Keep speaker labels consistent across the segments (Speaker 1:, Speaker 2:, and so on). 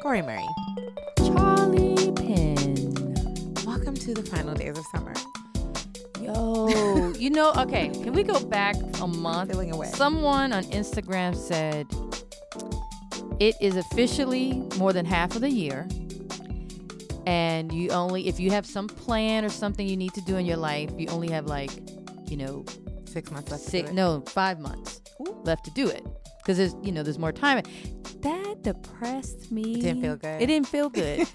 Speaker 1: Corey Murray.
Speaker 2: Charlie Pin.
Speaker 1: Welcome to the final days of summer.
Speaker 2: Yo, you know, okay, can we go back a month?
Speaker 1: Feeling away.
Speaker 2: Someone on Instagram said it is officially more than half of the year. And you only, if you have some plan or something you need to do in your life, you only have like, you know,
Speaker 1: Six months left. to
Speaker 2: six,
Speaker 1: do it.
Speaker 2: no, five months
Speaker 1: Ooh.
Speaker 2: left to do it. Because there's, you know, there's more time. That depressed me.
Speaker 1: It didn't feel good.
Speaker 2: It didn't feel good.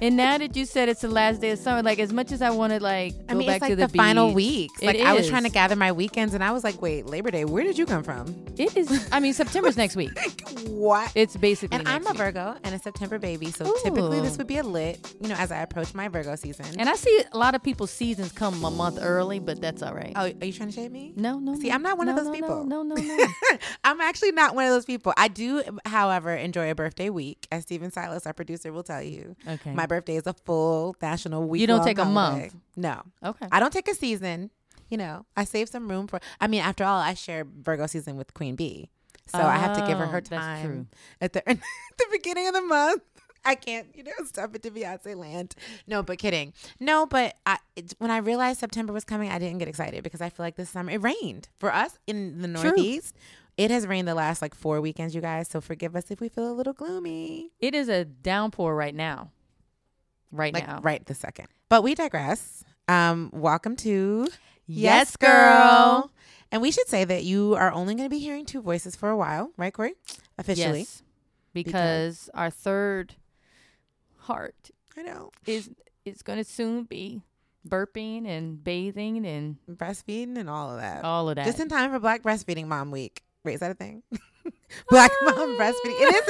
Speaker 2: and now that you said it's the last day of summer, like as much as I want to like go
Speaker 1: I mean,
Speaker 2: back
Speaker 1: it's like
Speaker 2: to the,
Speaker 1: the, final
Speaker 2: beach,
Speaker 1: weeks.
Speaker 2: It
Speaker 1: Like I was trying to
Speaker 2: is.
Speaker 1: gather my weekends, and I was like, "Wait, Labor Day? Where did you come from?
Speaker 2: It is. I mean, September's next week.
Speaker 1: What?"
Speaker 2: It's basically.
Speaker 1: And I'm
Speaker 2: next
Speaker 1: a
Speaker 2: week.
Speaker 1: Virgo and a September baby, so typically
Speaker 2: Ooh.
Speaker 1: this would be a lit. You know, as I approach my Virgo season.
Speaker 2: And I see a lot of people's seasons come a month early, but that's all right.
Speaker 1: oh, are you trying to shade me?
Speaker 2: no, no.
Speaker 1: See,
Speaker 2: no.
Speaker 1: I'm not one of
Speaker 2: No,
Speaker 1: those
Speaker 2: no,
Speaker 1: people.
Speaker 2: No, no, no. no.
Speaker 1: I'm actually not one of those people. I do, however, enjoy a birthday week, as Steven Silas, our producer, will tell you.
Speaker 2: okay.
Speaker 1: My birthday is a full national week.
Speaker 2: don't take a month?
Speaker 1: No,
Speaker 2: okay.
Speaker 1: I don't take a season. You know, I save some room for. I mean, after all, I share Virgo season with Queen Bee, so I have to give her
Speaker 2: Oh,
Speaker 1: her
Speaker 2: that's
Speaker 1: time
Speaker 2: true.
Speaker 1: at the at the beginning of the month. I can't, you know, stuff it to Beyonce land. No, but kidding. No, but I, it's when I realized September was coming, I didn't get excited because I feel like this summer it rained for us in the
Speaker 2: True.
Speaker 1: Northeast. It has rained the last like four weekends, you guys. So forgive us if we feel a little gloomy,
Speaker 2: It is a downpour right now. Right
Speaker 1: like
Speaker 2: now.
Speaker 1: right this second. But we digress. Um, welcome to
Speaker 2: Yes, girl.
Speaker 1: And we should say that you are only going to be hearing two voices for a while, right, Corey? Officially.
Speaker 2: Yes. Because our third heart
Speaker 1: I know.
Speaker 2: is is going to soon be burping and bathing and
Speaker 1: Breastfeeding and all of that.
Speaker 2: all of that.
Speaker 1: Just in time for Black Breastfeeding Mom Week. Wait, is that a thing? Black Mom Breastfeeding. It is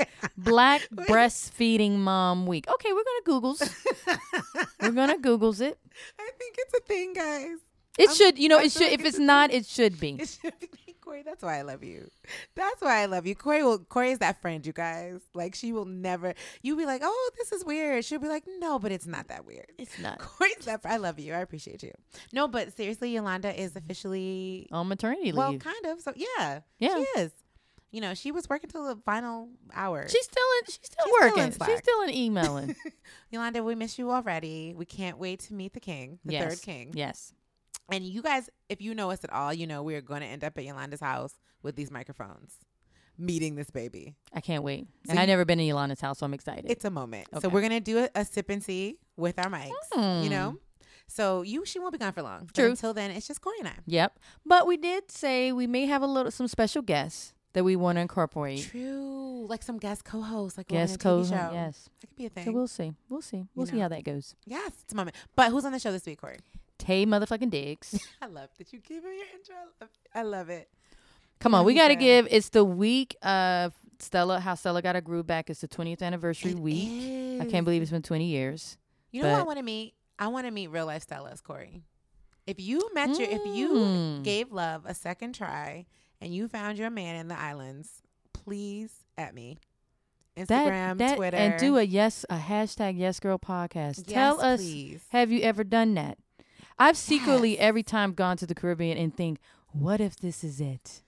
Speaker 1: a thing.
Speaker 2: Black
Speaker 1: Wait.
Speaker 2: breastfeeding mom week. Okay, we're gonna Google's. we're gonna Google's it.
Speaker 1: I think it's a thing, guys.
Speaker 2: It
Speaker 1: I'm-
Speaker 2: should, you know,
Speaker 1: I
Speaker 2: it
Speaker 1: feel
Speaker 2: should.
Speaker 1: like
Speaker 2: If
Speaker 1: it's
Speaker 2: it's
Speaker 1: a
Speaker 2: not, it should be.
Speaker 1: It should be Corey. That's why I love you. That's why I love you. Corey will Corey is that friend, you guys. Like she will never you'll be like, Oh, this is weird. She'll be like, No, but it's not that weird.
Speaker 2: It's not
Speaker 1: Corey's that I love you. I appreciate you. No, but seriously, Yolanda
Speaker 2: Mm-hmm.
Speaker 1: is officially
Speaker 2: on maternity
Speaker 1: well,
Speaker 2: leave.
Speaker 1: kind of. So yeah,
Speaker 2: Oh, yeah,
Speaker 1: she is. You know, she was working till the final hour.
Speaker 2: she's still in. She's still
Speaker 1: She's still in
Speaker 2: working.
Speaker 1: Slack.
Speaker 2: she's still in emailing.
Speaker 1: Yolanda, we miss you already. We can't wait to meet the king, the
Speaker 2: yes.
Speaker 1: third king.
Speaker 2: Yes.
Speaker 1: And you guys, if you know us at all, you know we are going to end up at Yolanda's house with these microphones, meeting this baby.
Speaker 2: I can't wait.
Speaker 1: So
Speaker 2: and I've
Speaker 1: you-
Speaker 2: never been in Yolanda's house, so I'm excited.
Speaker 1: It's a moment.
Speaker 2: Okay.
Speaker 1: So we're gonna do a, a sip and see with our mics. You
Speaker 2: Mm.
Speaker 1: know. So you, she won't be gone for long. But
Speaker 2: True.
Speaker 1: until then, it's just Corey and I.
Speaker 2: Yep. But we did say we may have a little some special guests that we want to incorporate.
Speaker 1: True. Like some guest co host, like
Speaker 2: Guest
Speaker 1: we're on a
Speaker 2: co.
Speaker 1: TV show.
Speaker 2: Yes.
Speaker 1: That could be a thing.
Speaker 2: So we'll see. We'll see. We'll see
Speaker 1: know.
Speaker 2: how that goes.
Speaker 1: yes, it's a moment. But who's on the show this week, Corey?
Speaker 2: Tay motherfucking Diggs.
Speaker 1: I love that you gave him your intro. I love, I love it.
Speaker 2: Come
Speaker 1: Yeah,
Speaker 2: on, we
Speaker 1: he's
Speaker 2: got to
Speaker 1: right.
Speaker 2: give. It's the week of Stella. How Stella got her groove back. It's the 20th anniversary
Speaker 1: It
Speaker 2: week. I
Speaker 1: is.
Speaker 2: can't believe it's been 20 years.
Speaker 1: You know who I
Speaker 2: but-
Speaker 1: want to meet? I want to meet real life Stellas, Corey. If you met your, if you
Speaker 2: Mm.
Speaker 1: gave love a second try and you found your man in the islands, please at me. Instagram, Twitter,
Speaker 2: and do a yes, a hashtag Yes Girl podcast.
Speaker 1: Yes,
Speaker 2: Tell us,
Speaker 1: please.
Speaker 2: have you ever done that? I've secretly
Speaker 1: Yes.
Speaker 2: every time gone to the Caribbean and think, what if this is it?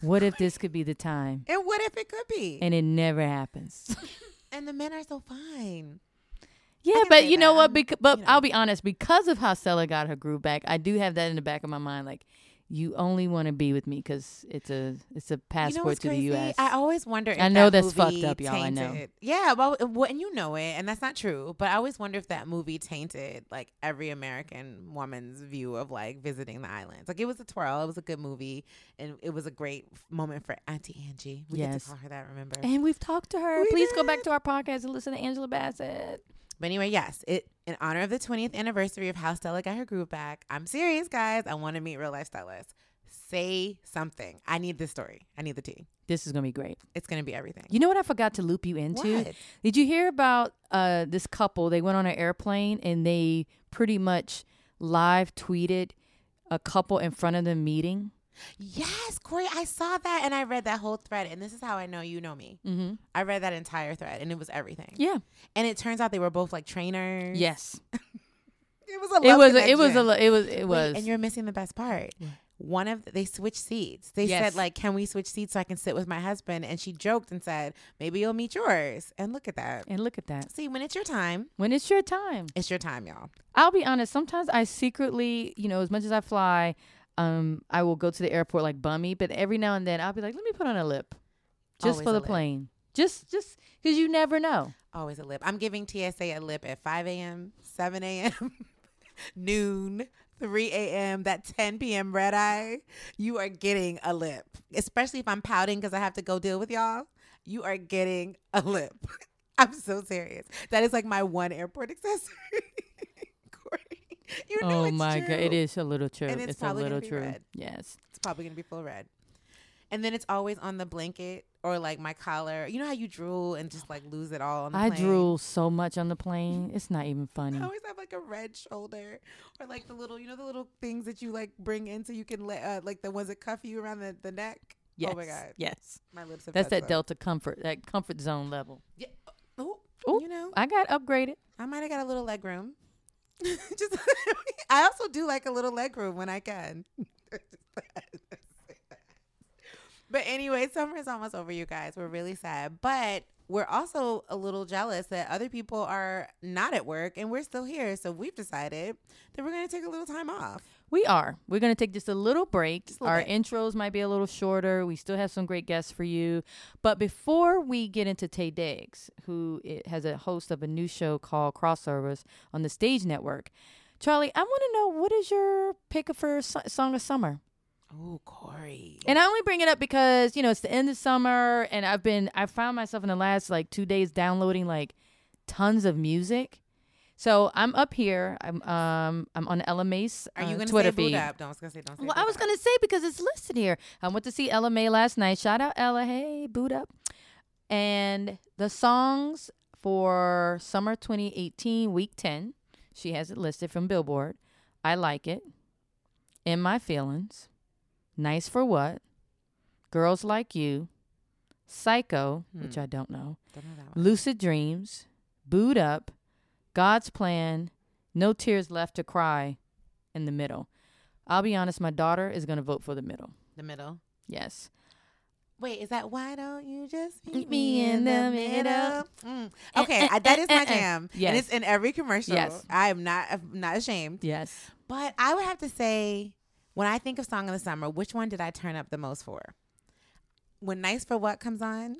Speaker 2: What if this could be the time?
Speaker 1: And what if it could be? And,
Speaker 2: And it never happens.
Speaker 1: the men are so fine.
Speaker 2: yeah,
Speaker 1: can
Speaker 2: but
Speaker 1: say
Speaker 2: you know
Speaker 1: that.
Speaker 2: what? Bec- but
Speaker 1: You know.
Speaker 2: I'll be honest, because of how Stella got her groove back, I do have that in the back of my mind. Like, you only want to be with me because it's a it's a
Speaker 1: you know
Speaker 2: passport
Speaker 1: what's
Speaker 2: to the
Speaker 1: crazy?
Speaker 2: U.S.
Speaker 1: I always wonder. If
Speaker 2: I know
Speaker 1: that
Speaker 2: that's fucked
Speaker 1: movie
Speaker 2: up, y'all, I know.
Speaker 1: tainted- Yeah, well, it- well, and you know it, and that's not true. But I always wonder if that movie tainted like every American woman's view of like visiting the islands. Like it was a twirl. It was a good movie, and it was a great f- moment for Auntie Angie. We get
Speaker 2: Yes.
Speaker 1: to call her that. Remember?
Speaker 2: and we've talked to her.
Speaker 1: We
Speaker 2: Please go
Speaker 1: did.
Speaker 2: back to our podcast and listen to Angela Bassett.
Speaker 1: But anyway, yes, it in honor of the 20th anniversary of how Stella got her groove back. I'm serious, guys. I want to meet real life Stellas. Say something. I need this story. I need the tea.
Speaker 2: This is gonna be great.
Speaker 1: It's gonna be everything.
Speaker 2: You know what I forgot to loop you into?
Speaker 1: What?
Speaker 2: Did you hear about uh, this couple? They went on an airplane and they pretty much live tweeted a couple in front of them meeting.
Speaker 1: Yes, Corey, I saw that and I read that whole thread. And this is how I know you know me.
Speaker 2: Mm-hmm.
Speaker 1: I read that entire thread and it was everything.
Speaker 2: Yeah.
Speaker 1: And it turns out they were both like trainers.
Speaker 2: Yes.
Speaker 1: It was a
Speaker 2: It
Speaker 1: love
Speaker 2: was. A, it was.
Speaker 1: connection.
Speaker 2: A, it was. It
Speaker 1: Wait,
Speaker 2: was.
Speaker 1: and you're missing the best part.
Speaker 2: What?
Speaker 1: one of they switched seats. They
Speaker 2: Yes.
Speaker 1: said like, "Can we switch seats so I can sit with my husband?" And she joked and said, "Maybe you'll meet yours." And look at that.
Speaker 2: And look at that.
Speaker 1: See, when it's your time,
Speaker 2: When it's your time.
Speaker 1: it's your time, y'all.
Speaker 2: I'll be honest. Sometimes I secretly, you know, as much as I fly, um, I will go to the airport like bummy. But every now and then, I'll be like, let me put on a lip, just
Speaker 1: Always
Speaker 2: for
Speaker 1: a
Speaker 2: the
Speaker 1: lip.
Speaker 2: plane. Just, just because you never know.
Speaker 1: Always a lip. I'm giving TSA a lip at 5 a.m., 7 a.m., noon, 3 a.m., that 10 p.m. red eye. You are getting a lip, especially if I'm pouting because I have to go deal with y'all. You are getting a lip. I'm so serious. That is like my one airport accessory. Corey, you know
Speaker 2: oh
Speaker 1: it's
Speaker 2: my god, it
Speaker 1: true.
Speaker 2: is a little true.
Speaker 1: And it's
Speaker 2: a
Speaker 1: probably gonna be
Speaker 2: little true.
Speaker 1: red.
Speaker 2: Yes.
Speaker 1: It's probably gonna be full red. And then it's always on the blanket or like my collar. You know how you drool and just like lose it all on the
Speaker 2: I
Speaker 1: plane? Oh,
Speaker 2: drool so much on the plane. It's not even funny.
Speaker 1: I always have like a red shoulder or like the little, you know, the little things that you like bring in so you can let, uh, like the ones that cuff you around the, the neck.
Speaker 2: Yes.
Speaker 1: Oh my God.
Speaker 2: Yes.
Speaker 1: My lips have
Speaker 2: That's
Speaker 1: done
Speaker 2: that
Speaker 1: so.
Speaker 2: Delta comfort, that comfort zone level.
Speaker 1: Yeah. Ooh,
Speaker 2: Ooh.
Speaker 1: You know,
Speaker 2: I got upgraded.
Speaker 1: I might have got a little leg room. Just, I also do like a little leg room when I can. but anyway, summer is almost over, you guys. We're really sad, but we're also a little jealous that other people are not at work and we're still here. So we've decided that we're going to take a little time off.
Speaker 2: We are. We're going to take just a little break.
Speaker 1: a little
Speaker 2: Our
Speaker 1: bit.
Speaker 2: intros might be a little shorter. We still have some great guests for you. But before we get into Tay Diggs, who i- has a host of a new show called Crossovers on the Stage Network, Charlie, I want to know what is your pick for so- Song of Summer?
Speaker 1: Oh, Corey.
Speaker 2: And I only bring it up because, you know, it's the end of summer and I've been, I found myself in the last like two days downloading like tons of music. So I'm up here. I'm um I'm on Ella Mace.
Speaker 1: Are you
Speaker 2: uh,
Speaker 1: going to
Speaker 2: Twitter
Speaker 1: say boot
Speaker 2: feed.
Speaker 1: up? No, I was going to say don't say
Speaker 2: Well, I was gonna say because it's listed here. I went to see Ella May last night. Shout out Ella. Hey, boot up. And the songs for summer 2018, week 10. She has it listed from Billboard. I like it. In my feelings. Nice for what? Girls like you. Psycho, which
Speaker 1: Hmm.
Speaker 2: I don't know.
Speaker 1: Don't know that one.
Speaker 2: Lucid Dreams, Boot Up, God's Plan, No Tears Left to Cry, in the middle. I'll be honest, my daughter is going to vote for the middle.
Speaker 1: The middle.
Speaker 2: Yes.
Speaker 1: Wait, is that why don't you just
Speaker 2: Meet Mm, me in the middle.
Speaker 1: Mm.
Speaker 2: Eh,
Speaker 1: Okay,
Speaker 2: eh,
Speaker 1: I, that
Speaker 2: eh,
Speaker 1: is my
Speaker 2: eh, eh.
Speaker 1: jam.
Speaker 2: Yes.
Speaker 1: And it's in every commercial.
Speaker 2: Yes.
Speaker 1: I am not I'm not ashamed.
Speaker 2: Yes.
Speaker 1: But I would have to say, when I think of Song of the Summer, which one did I turn up the most for? When Nice for What comes on,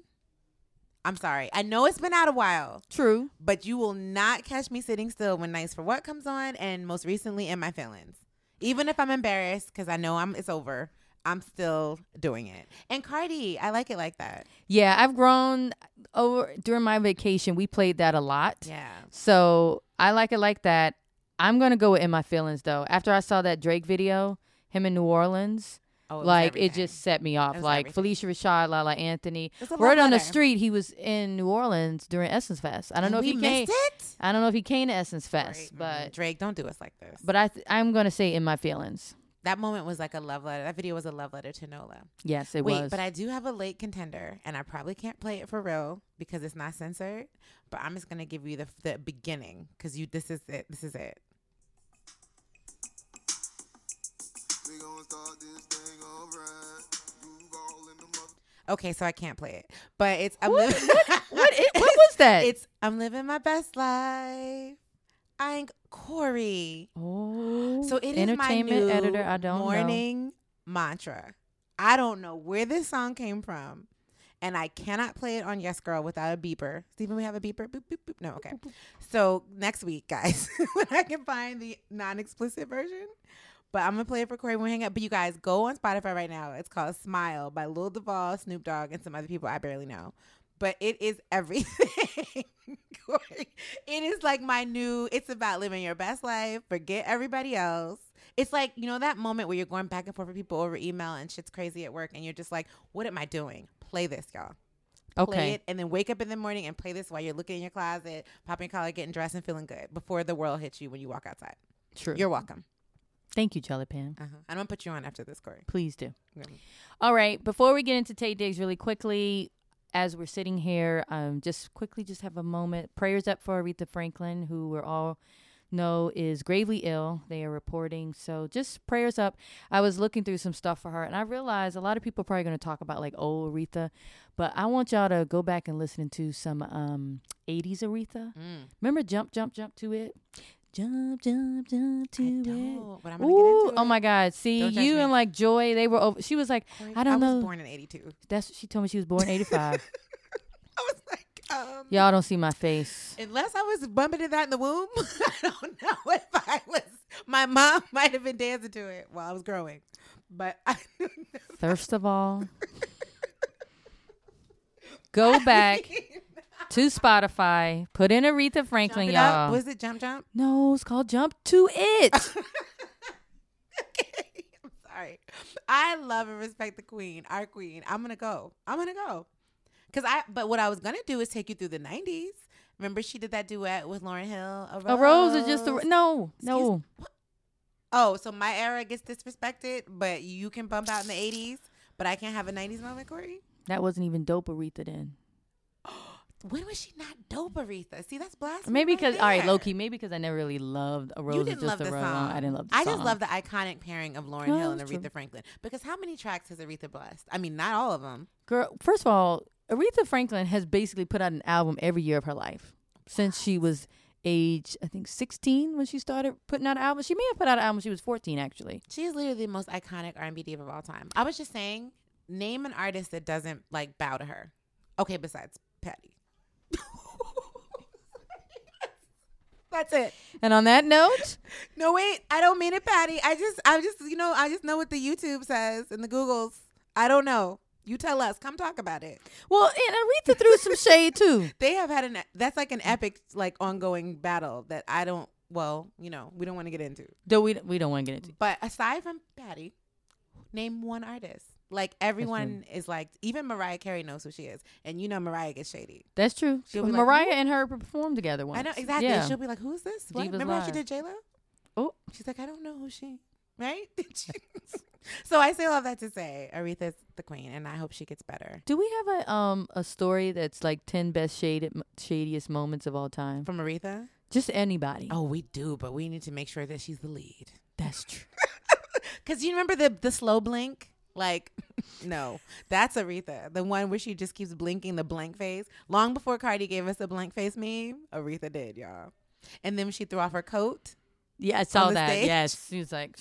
Speaker 1: I'm sorry. I know it's been out a while,
Speaker 2: True.
Speaker 1: but you will not catch me sitting still when Nice for What comes on, and most recently in my feelings. Even if I'm embarrassed because I know I'm it's over, I'm still doing it. And Cardi, I like it like that.
Speaker 2: Yeah, I've grown over during my vacation. We played that a lot.
Speaker 1: Yeah,
Speaker 2: So I like it like that. I'm going to go with In My Feelings, though. After I saw that Drake video, him in New Orleans,
Speaker 1: oh, was
Speaker 2: like it
Speaker 1: everything.
Speaker 2: just set me off.
Speaker 1: was
Speaker 2: Like
Speaker 1: everything.
Speaker 2: Felicia Rashad, Lala Anthony.
Speaker 1: It's a love
Speaker 2: Word on the
Speaker 1: letter.
Speaker 2: street, he was in New Orleans during Essence Fest. I don't
Speaker 1: And
Speaker 2: know if
Speaker 1: we
Speaker 2: he came.
Speaker 1: missed it.
Speaker 2: I don't know if he came to Essence
Speaker 1: Sorry.
Speaker 2: Fest,
Speaker 1: Mm,
Speaker 2: but
Speaker 1: Drake, don't do us like this.
Speaker 2: but I th- I'm gonna say in my feelings.
Speaker 1: that moment was like a love letter. That video was a love letter to Nola.
Speaker 2: Yes, it
Speaker 1: Wait,
Speaker 2: was.
Speaker 1: but I do have a late contender, and I probably can't play it for real because it's not censored. But I'm just gonna give you the the beginning because you this is it. This is it.
Speaker 3: We gon' start this thing all right. You all in the mother.
Speaker 1: Okay, so I can't play it, but it's I'm
Speaker 2: What-
Speaker 1: living.
Speaker 2: what, i- what was that?
Speaker 1: It's I'm living my best life. I ain't Corey.
Speaker 2: oh,
Speaker 1: So it is
Speaker 2: entertainment
Speaker 1: my new
Speaker 2: editor. I don't
Speaker 1: morning mantra. I don't know where this song came from, and I cannot play it on Yes Girl without a beeper. Stephen, we have a beeper. Boop boop boop. No, okay. So next week, guys, when I can find the non-explicit version. But I'm gonna play it for Corey when we hang up. But you guys go on Spotify right now. It's called Smile by Lil Duval, Snoop Dogg, and some other people I barely know. But it is everything. Corey. It is like my new. It's about living your best life. Forget everybody else. It's like you know that moment where you're going back and forth with people over email and shit's crazy at work, and you're just like, "What am I doing?" Play this, y'all
Speaker 2: know.
Speaker 1: play
Speaker 2: Okay,
Speaker 1: it and then wake up in the morning and play this while you're looking in your closet, popping your collar, getting dressed, and feeling good before the world hits you when you walk outside.
Speaker 2: true.
Speaker 1: You're welcome.
Speaker 2: Thank you, Jelly Pan.
Speaker 1: Uh-huh. I'm gonna put you on after this, Corey.
Speaker 2: Please do.
Speaker 1: Mhm.
Speaker 2: All right. Before we get into Tay Diggs, really quickly, as we're sitting here, um, just quickly, just have a moment. Prayers up for Aretha Franklin, who we're all know is gravely ill. They are reporting. So just prayers up. I was looking through some stuff for her and I realized a lot of people are probably going to talk about like old Aretha, but I want y'all to go back and listen to some um 80s Aretha.
Speaker 1: Mm.
Speaker 2: Remember Jump Jump Jump to it? Jump jump jump to
Speaker 1: I
Speaker 2: it.
Speaker 1: don't, but I'm gonna
Speaker 2: Ooh,
Speaker 1: get into
Speaker 2: oh
Speaker 1: it.
Speaker 2: my God! See
Speaker 1: Don't judge
Speaker 2: you
Speaker 1: me.
Speaker 2: and like Joy, they were over. She was like,
Speaker 1: Like,
Speaker 2: I don't
Speaker 1: I
Speaker 2: know.
Speaker 1: was born in '82.
Speaker 2: "That's." She told me she was born '85.
Speaker 1: I was like, um,
Speaker 2: Y'all don't see my face.
Speaker 1: Unless I was bumping to that in the womb, I don't know if I was. My mom might have been dancing to it while I was growing, but I don't know.
Speaker 2: First of all, go back to Spotify, put in Aretha Franklin,
Speaker 1: Jump it up.
Speaker 2: y'all.
Speaker 1: Was it jump jump?
Speaker 2: no, it's called Jump to It.
Speaker 1: Okay, I'm sorry. I love and respect the queen, our queen. I'm gonna go. I'm gonna go. Cause I, but what I was gonna do is take you through the '90s. Remember, she did that duet with Lauren Hill.
Speaker 2: a rose is just a ro- no, no.
Speaker 1: Excuse- Oh, so my era gets disrespected, but you can bump out in the '80s, but I can't have a '90s moment, Corey.
Speaker 2: That wasn't even dope Aretha then.
Speaker 1: When was she not dope, Aretha? See, that's blasphemy.
Speaker 2: Maybe
Speaker 1: right
Speaker 2: because all right,
Speaker 1: there.
Speaker 2: Loki. Maybe because I never really loved a rose.
Speaker 1: You
Speaker 2: is
Speaker 1: didn't
Speaker 2: just
Speaker 1: love
Speaker 2: a
Speaker 1: the
Speaker 2: rose.
Speaker 1: song.
Speaker 2: I didn't love. The
Speaker 1: I just
Speaker 2: song.
Speaker 1: love the iconic pairing of Lauren
Speaker 2: No,
Speaker 1: Hill and
Speaker 2: that's
Speaker 1: Aretha
Speaker 2: true.
Speaker 1: Franklin. Because how many tracks has Aretha blessed? I mean, not all of them.
Speaker 2: Girl, first of all, Aretha Franklin has basically put out an album every year of her life since she was age, I think, 16 when she started putting out albums. She may have put out an album when she was 14, actually.
Speaker 1: She is literally the most iconic R&B diva of all time. I was just saying, name an artist that doesn't like bow to her. Okay, besides Patty. That's it.
Speaker 2: And on that note,
Speaker 1: No, wait. I don't mean it, Patty. I just, I just, you know, I just know what the YouTube says and the Googles. I don't know. You tell us. Come talk about it.
Speaker 2: well, and Aretha threw some shade too.
Speaker 1: They have had an. e, That's like an epic, like ongoing battle that I don't. Well, you know, we don't want to get into.
Speaker 2: Though we, we don't want to get into
Speaker 1: But aside from Patty, name one artist. Like everyone is like, even Mariah Carey knows who she is, and you know Mariah gets shady.
Speaker 2: That's true.
Speaker 1: She'll be like,
Speaker 2: Mariah and her performed together once.
Speaker 1: I know exactly.
Speaker 2: Yeah.
Speaker 1: She'll be like, "Who's this?" What?
Speaker 2: Divas
Speaker 1: Remember how she
Speaker 2: Live.
Speaker 1: did J Lo?
Speaker 2: Oh.
Speaker 1: she's like, "I don't know who she." Right? so I say all of that to say, Aretha's the queen, and I hope she gets better
Speaker 2: Do we have a um a story that's like 10 best shaded shadiest moments of all time?
Speaker 1: from Aretha.
Speaker 2: Just anybody.
Speaker 1: Oh, we do, but we need to make sure that she's the lead.
Speaker 2: that's true.
Speaker 1: Cause you remember the the slow blink? Like, no, that's Aretha, the one where she just keeps blinking the blank face. Long before Cardi gave us a blank face meme, Aretha did, y'all. And then she threw off her coat.
Speaker 2: Yeah, I saw
Speaker 1: the
Speaker 2: that.
Speaker 1: stage?
Speaker 2: Yes. She was like,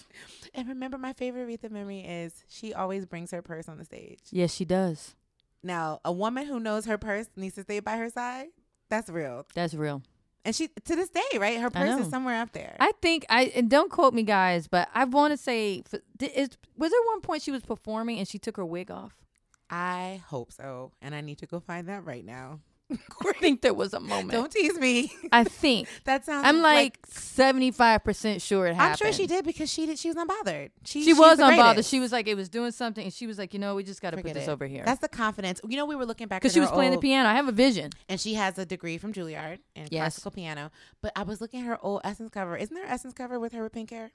Speaker 1: And remember, my favorite Aretha memory is she always brings her purse on the stage.
Speaker 2: yes, she does.
Speaker 1: Now, a woman who knows her purse needs to stay by her side. That's real.
Speaker 2: That's real.
Speaker 1: And she to this day, right? Her
Speaker 2: I
Speaker 1: purse is
Speaker 2: know.
Speaker 1: somewhere up there.
Speaker 2: I think I and don't quote me, guys, but I want to say f- di- is was there one point she was performing and she took her wig off?
Speaker 1: I hope so. And I need to go find that right now.
Speaker 2: I think there was a moment.
Speaker 1: Don't tease me.
Speaker 2: I think
Speaker 1: That sounds
Speaker 2: I'm like seventy five percent sure it happened.
Speaker 1: I'm sure she did because she did. She was unbothered. She
Speaker 2: She was
Speaker 1: the
Speaker 2: unbothered.
Speaker 1: greatest.
Speaker 2: She was like, it was doing something, and she was like, you know, we just got to put
Speaker 1: Forget
Speaker 2: this
Speaker 1: it.
Speaker 2: over here
Speaker 1: That's the confidence. You know, we were looking back
Speaker 2: because
Speaker 1: because
Speaker 2: she was playing the piano. I have a vision.
Speaker 1: and she has a degree from Juilliard in
Speaker 2: Yes.
Speaker 1: classical piano. But I was looking at her old Essence cover. Isn't there an Essence cover with her with pink hair?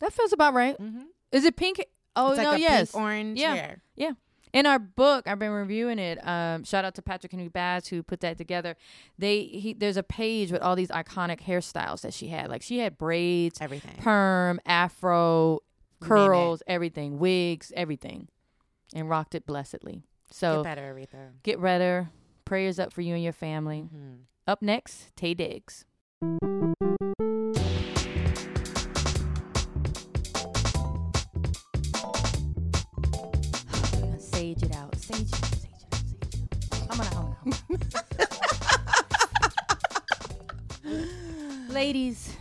Speaker 2: That feels about right.
Speaker 1: Mm-hmm.
Speaker 2: Is it pink? Oh
Speaker 1: it's
Speaker 2: no,
Speaker 1: like a
Speaker 2: yes.
Speaker 1: pink orange
Speaker 2: Yeah.
Speaker 1: hair.
Speaker 2: in our book i've been reviewing it um, shout out to patrick henry bass who put that together they he, there's a page with all these iconic hairstyles that she had like she had braids
Speaker 1: Everything.
Speaker 2: perm afro
Speaker 1: You name it.
Speaker 2: curls everything wigs everything and rocked it blessedly so
Speaker 1: Get better, Aretha.
Speaker 2: get better prayers up for you and your family
Speaker 1: Mhm.
Speaker 2: up next tay diggs We're gonna Sage it out. Sage it out. Sage it out. Sage it out. I'm gonna home Ladies,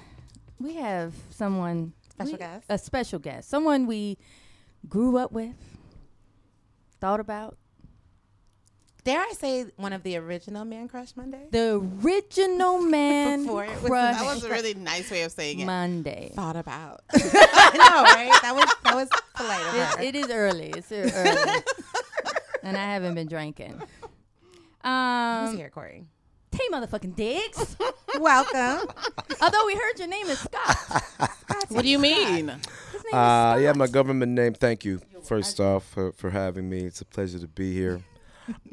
Speaker 2: we have someone
Speaker 1: Special
Speaker 2: we-
Speaker 1: guest.
Speaker 2: A special guest. Someone we grew up with, thought about.
Speaker 1: Dare I say one of the original Man Crush Monday?
Speaker 2: The original man
Speaker 1: Before it was the-
Speaker 2: crush
Speaker 4: That was a really nice way of saying it.
Speaker 2: Monday.
Speaker 1: Thought about. I know, right? That was that was polite of
Speaker 2: It's,
Speaker 1: her.
Speaker 2: it is early. It's ear- early. and I haven't been drinking.
Speaker 1: Who's
Speaker 2: Um,
Speaker 1: here, Corey?
Speaker 2: hey, motherfucking dicks.
Speaker 1: Welcome.
Speaker 2: Although we heard your name is Scott.
Speaker 4: What do you mean?
Speaker 2: His name
Speaker 5: Uh,
Speaker 2: is Scott.
Speaker 5: yeah, my government name. Thank you, first off, for, for having me. It's a pleasure to be here.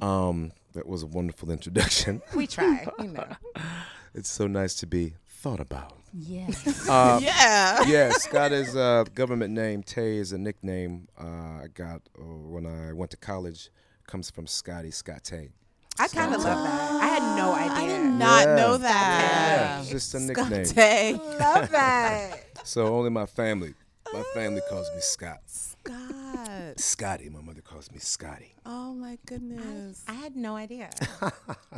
Speaker 5: Um, that was a wonderful introduction.
Speaker 1: We try. You know.
Speaker 5: It's so nice to be thought about.
Speaker 6: Yes.
Speaker 5: Uh,
Speaker 4: yeah.
Speaker 5: yeah, Scott is a government name. Tay is a nickname uh, I got uh, when I went to college. Comes from Scotty Scott Tay.
Speaker 1: I kind of love that. I had no idea.
Speaker 4: I did not
Speaker 5: Yeah.
Speaker 4: know that.
Speaker 5: Yeah, it's just a nickname.
Speaker 4: Tay.
Speaker 1: love that.
Speaker 5: So only my family. My family calls me Scott.
Speaker 4: God.
Speaker 5: Scotty. My mother calls me Scotty.
Speaker 4: Oh my goodness.
Speaker 1: I had no idea.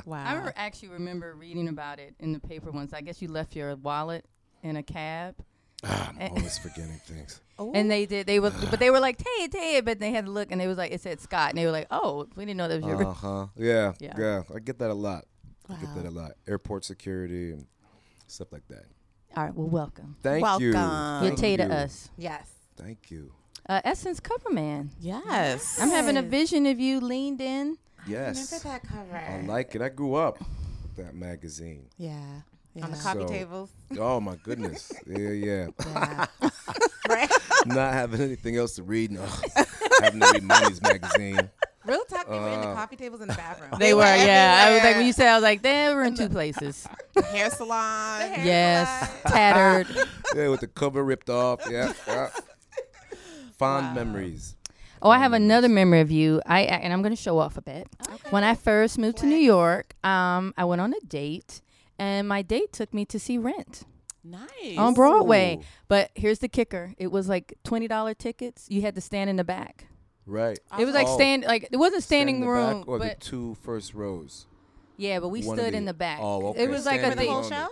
Speaker 1: Wow.
Speaker 2: I re- actually remember reading about it in the paper once. I guess you left your wallet in a cab,
Speaker 5: Ah, I'm always forgetting things.
Speaker 2: and they did. They were, but they were like, "Tay, Tay," but they had to look, and it was like it said Scott, and they were like, "Oh, we didn't know that was your."
Speaker 5: Uh huh. Yeah, yeah.
Speaker 2: Yeah.
Speaker 5: I get that a lot. I get that a lot. Airport security and stuff like that.
Speaker 2: All right, well, welcome.
Speaker 5: Thank you.
Speaker 4: Welcome.
Speaker 2: You're
Speaker 5: Thank
Speaker 2: Tay
Speaker 5: Uh, you.
Speaker 2: to us.
Speaker 1: Yes.
Speaker 5: Thank you.
Speaker 2: Uh, Essence Coverman.
Speaker 4: Yes.
Speaker 2: I'm having a vision of you leaned in.
Speaker 5: Yes. Oh,
Speaker 1: Remember that cover?
Speaker 5: I like it. I grew up with that magazine.
Speaker 4: Yeah.
Speaker 1: On the
Speaker 4: Yeah.
Speaker 1: coffee
Speaker 5: So-
Speaker 1: tables.
Speaker 5: Oh my goodness. Yeah, yeah.
Speaker 1: Yeah. right?
Speaker 5: Not having anything else to read. No. having to read Money's magazine.
Speaker 1: Real talk, they were in the
Speaker 5: Uh.
Speaker 1: coffee tables in the bathroom.
Speaker 2: They were, yeah. I was like, when you said, I was like, they were in two places.
Speaker 4: Hair salon.
Speaker 1: The hair
Speaker 2: yes,
Speaker 1: salon.
Speaker 2: tattered.
Speaker 5: Yeah, with the cover ripped off. Yeah. yeah. Fond memories.
Speaker 2: Oh, I have another memory of you. I I- and I'm gonna show off a bit. When I first moved to New York, um, I went on a date, and my date took me to see Rent
Speaker 4: Nice.
Speaker 2: on Broadway.
Speaker 5: Ooh.
Speaker 2: But here's the kicker: it was like twenty dollar tickets. You had to stand in the back.
Speaker 5: Right.
Speaker 2: It was like
Speaker 5: Oh.
Speaker 2: stand, like it wasn't standing
Speaker 5: Stand in the
Speaker 2: room,
Speaker 5: back or the
Speaker 2: but
Speaker 5: two first rows.
Speaker 2: yeah, but we
Speaker 5: one of
Speaker 2: stood
Speaker 5: the-
Speaker 2: in the back.
Speaker 5: Oh, okay.
Speaker 2: It was like a
Speaker 5: Stand in the
Speaker 2: thing.
Speaker 5: whole show?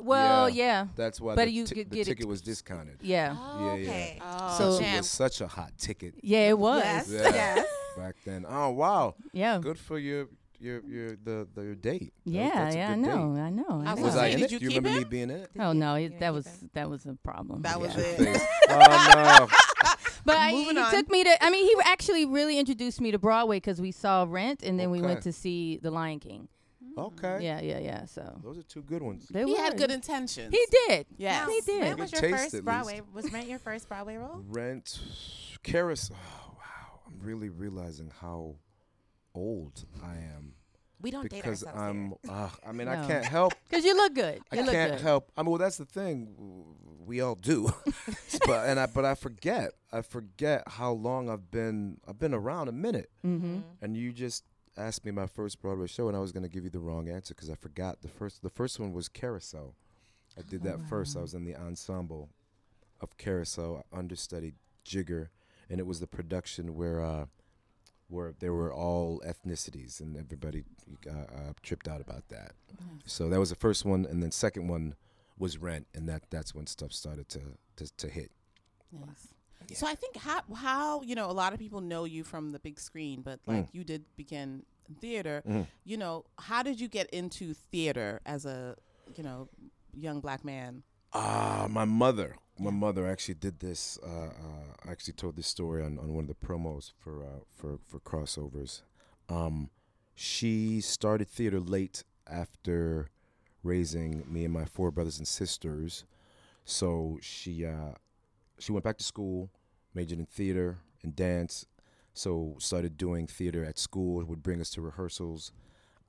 Speaker 2: Well,
Speaker 5: Yeah.
Speaker 2: yeah,
Speaker 5: That's why
Speaker 2: But
Speaker 5: the,
Speaker 2: you
Speaker 5: ti-
Speaker 2: could
Speaker 5: the
Speaker 2: get it-
Speaker 5: ticket was discounted.
Speaker 2: yeah,
Speaker 1: Oh,
Speaker 5: Yeah, yeah.
Speaker 1: okay.
Speaker 2: So-
Speaker 5: Since it
Speaker 4: Jam.
Speaker 5: was such a hot ticket
Speaker 2: yeah. It was,
Speaker 1: Yes.
Speaker 5: Yeah.
Speaker 1: Yes.
Speaker 5: back then. Oh wow,
Speaker 2: yeah,
Speaker 5: good for your your your the the your date. That-
Speaker 2: yeah,
Speaker 5: that's a
Speaker 2: yeah. I
Speaker 5: good
Speaker 2: know,
Speaker 5: date.
Speaker 2: I know. I
Speaker 4: I
Speaker 2: know.
Speaker 5: Was
Speaker 4: Yeah.
Speaker 5: I in
Speaker 4: Did
Speaker 5: it?
Speaker 4: you
Speaker 5: Do you
Speaker 4: keep
Speaker 5: remember me
Speaker 4: it?
Speaker 5: being in it?
Speaker 2: Oh no, it, that was that was a problem.
Speaker 4: That was
Speaker 2: Yeah.
Speaker 4: it.
Speaker 5: oh
Speaker 2: But I,
Speaker 4: Moving
Speaker 2: he
Speaker 4: on.
Speaker 2: took me to. I mean, he actually really introduced me to Broadway because we saw Rent, and then we went
Speaker 5: Okay.
Speaker 2: to see The Lion King.
Speaker 5: no. Okay.
Speaker 2: Yeah, yeah, yeah. So
Speaker 5: Those are two good ones.
Speaker 2: they
Speaker 4: He
Speaker 2: were.
Speaker 4: had good intentions.
Speaker 2: He did.
Speaker 4: Yes.
Speaker 2: he
Speaker 1: When
Speaker 2: did.
Speaker 5: Good
Speaker 1: was your
Speaker 5: taste, at
Speaker 1: first
Speaker 5: least.
Speaker 1: Broadway? Was Rent your first Broadway role?
Speaker 5: Rent, carousel. Oh wow, I'm really realizing how old I am
Speaker 1: We don't date
Speaker 5: because
Speaker 1: ourselves.
Speaker 5: I'm. Uh, I mean, I
Speaker 2: No.
Speaker 5: can't help.
Speaker 2: Cause you look good.
Speaker 5: I
Speaker 2: You look
Speaker 5: can't
Speaker 2: good.
Speaker 5: help. I mean, well, that's the thing. w- We all do, but and I but I forget. I forget how long I've been. I've been around a minute.
Speaker 2: Mm-hmm.
Speaker 5: and you just asked me my first Broadway show, and I was going to give you the wrong answer because I forgot the first. The first one was Carousel. I did that
Speaker 2: Oh,
Speaker 5: first. I was in the ensemble of Carousel. I understudied Jigger, and it was the production where uh, where there were all ethnicities, and everybody uh, uh, tripped out about that. So that was the first one, and then second one was Rent, and that that's when stuff started to to, to hit.
Speaker 4: So I think how how you know a lot of people know you from the big screen, but
Speaker 5: Mm.
Speaker 4: like you did begin in theater. You know, how did you get into theater as a you know young black man?
Speaker 5: Ah, my mother. My mother actually did this. Uh, uh, actually told this story on, on one of the promos for uh, for for crossovers. Um, she started theater late after raising me and my four brothers and sisters. So she uh, she went back to school, majored in theater and dance. So started doing theater at school. It would bring us to rehearsals.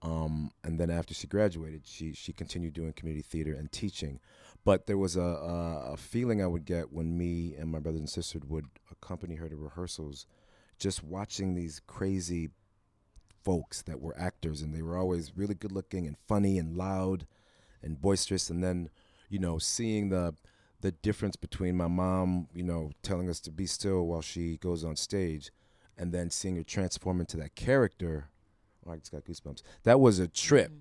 Speaker 5: Um, and then after she graduated, she she continued doing community theater and teaching. But there was a, a, a feeling I would get when me and my brothers and sisters would accompany her to rehearsals, just watching these crazy folks that were actors, and they were always really good looking and funny and loud and boisterous. And then, you know, seeing the the difference between my mom, you know, telling us to be still while she goes on stage, and then seeing her transform into that character. Oh, I just got goosebumps. That was a trip,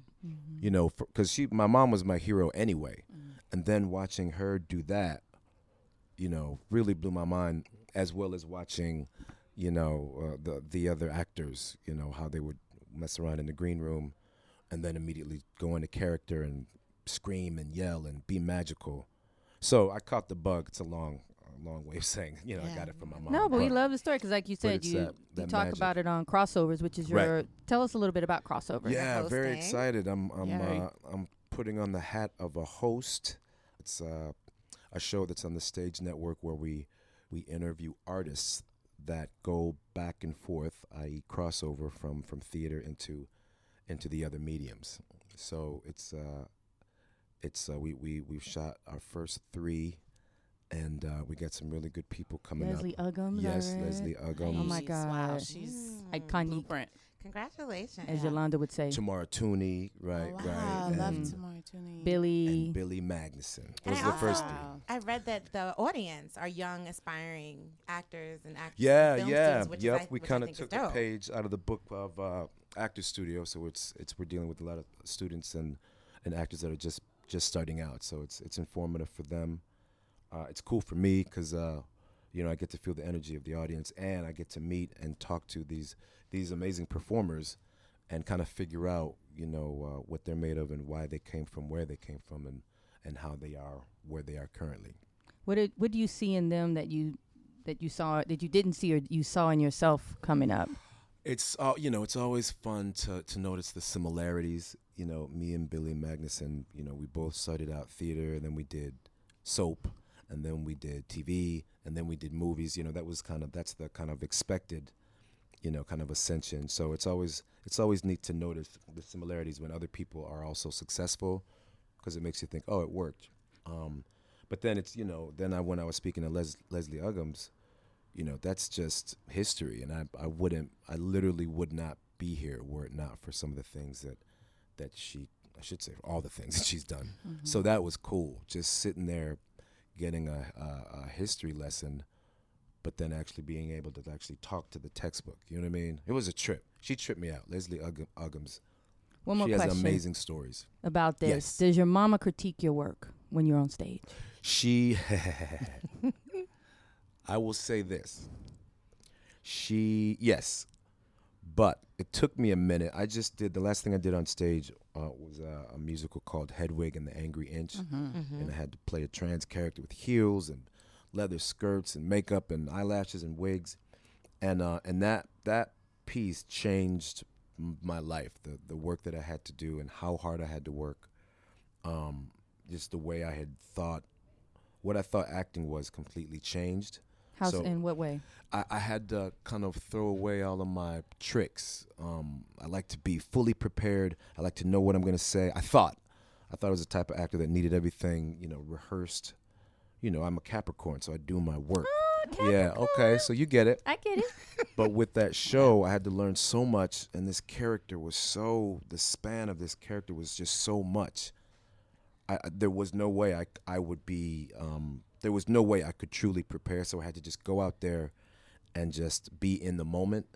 Speaker 5: you know, because she, my mom was my hero anyway, and then watching her do that, you know, really blew my mind. As well as watching, you know, uh, the the other actors, you know, how they would mess around in the green room, and then immediately go into character and scream and yell and be magical. So I caught the bug. It's a long, a long way of saying, you know, I got it from my mom.
Speaker 2: No, but we love the story because, like you said,
Speaker 5: it's
Speaker 2: you, you
Speaker 5: that- that
Speaker 2: talk
Speaker 5: magic.
Speaker 2: about it on crossovers, which is
Speaker 5: Right.
Speaker 2: your. Tell us a little bit about crossovers.
Speaker 5: Yeah, very
Speaker 1: hosting.
Speaker 5: excited. I'm I'm
Speaker 4: Yay.
Speaker 5: uh, I'm putting on the hat of a host. It's uh, a show that's on the Stage Network where we we interview artists that go back and forth, i.e., crossover from from theater into into the other mediums. So it's uh, It's uh, we we we've shot our first three, and uh, we got some really good people coming
Speaker 7: Leslie
Speaker 5: up.
Speaker 7: Uggams. I
Speaker 5: yes,
Speaker 7: read.
Speaker 5: Leslie Uggams.
Speaker 7: Oh my
Speaker 4: She's- Wow,
Speaker 7: God.
Speaker 4: she's
Speaker 1: Mm.
Speaker 7: Iconic,
Speaker 4: blueprint.
Speaker 1: Congratulations.
Speaker 7: as Yolanda would say.
Speaker 5: Tamara Tooney, right,
Speaker 4: Oh, wow,
Speaker 5: right,
Speaker 4: love
Speaker 5: and,
Speaker 4: Tamara Tooney.
Speaker 5: and
Speaker 7: Billy.
Speaker 5: Billy Magnuson.
Speaker 1: And I
Speaker 5: Those are the first
Speaker 1: also-
Speaker 5: three.
Speaker 4: Wow.
Speaker 1: I read that the audience are young, aspiring actors and actors.
Speaker 5: Yeah,
Speaker 1: film
Speaker 5: yeah,
Speaker 1: students, which Is,
Speaker 5: yep.
Speaker 1: I-
Speaker 5: we
Speaker 1: which I
Speaker 5: kind of
Speaker 1: think is
Speaker 5: took a
Speaker 1: dope.
Speaker 5: page out of the book of uh, Actor Studio, so it's it's we're dealing with a lot of students and and actors that are just just starting out. So it's it's informative for them. Uh, it's cool for me because uh, you know I get to feel the energy of the audience, and I get to meet and talk to these these amazing performers, and kind of figure out you know uh, what they're made of and why they came from where they came from and and how they are where they are currently.
Speaker 7: What did what do you see in them that you that you saw that you didn't see or you saw in yourself coming up?
Speaker 5: It's uh, you know, it's always fun to to notice the similarities. You know, me and Billy Magnuson, you know, we both started out theater and then we did soap and then we did TV and then we did movies. You know, that was kind of that's the kind of expected, you know, kind of ascension. So it's always it's always neat to notice the similarities when other people are also successful because it makes you think, "Oh, it worked." Um, but then it's, you know, then I when I was speaking to Les- Leslie Uggams, you know that's just history and I, I wouldn't i literally would not be here were it not for some of the things that that she i should say all the things that she's done
Speaker 7: Mm-hmm.
Speaker 5: so that was cool just sitting there getting a, a, a history lesson but then actually being able to actually talk to the textbook you know what i mean it was a trip she tripped me out leslie Ugg- uggams
Speaker 7: One more
Speaker 5: she has
Speaker 7: question
Speaker 5: amazing stories
Speaker 7: about this.
Speaker 5: Yes.
Speaker 7: Does your mama critique your work when you're on stage?
Speaker 5: She, I will say this. She, yes, but it took me a minute. I just did the last thing I did on stage uh, was a, a musical called Hedwig and the Angry Inch, and I had to play a trans character with heels and leather skirts and makeup and eyelashes and wigs, and uh, and that that piece changed m- my life. The the work that I had to do and how hard I had to work um, just the way I had thought, what I thought acting was completely changed.
Speaker 7: How
Speaker 5: So-
Speaker 7: in what way?
Speaker 5: I, I had to kind of throw away all of my tricks. Um, I like to be fully prepared. I like to know what I'm going to say. I thought, I thought I was the type of actor that needed everything, you know, rehearsed. You know, I'm a Capricorn, so I do my work. yeah, okay, so you get it.
Speaker 7: I get it.
Speaker 5: but with that show, I had to learn so much, and this character was so the span of this character was just so much. I, I- there was no way I I would be um, there was no way I could truly prepare, so I had to just go out there and just be in the moment.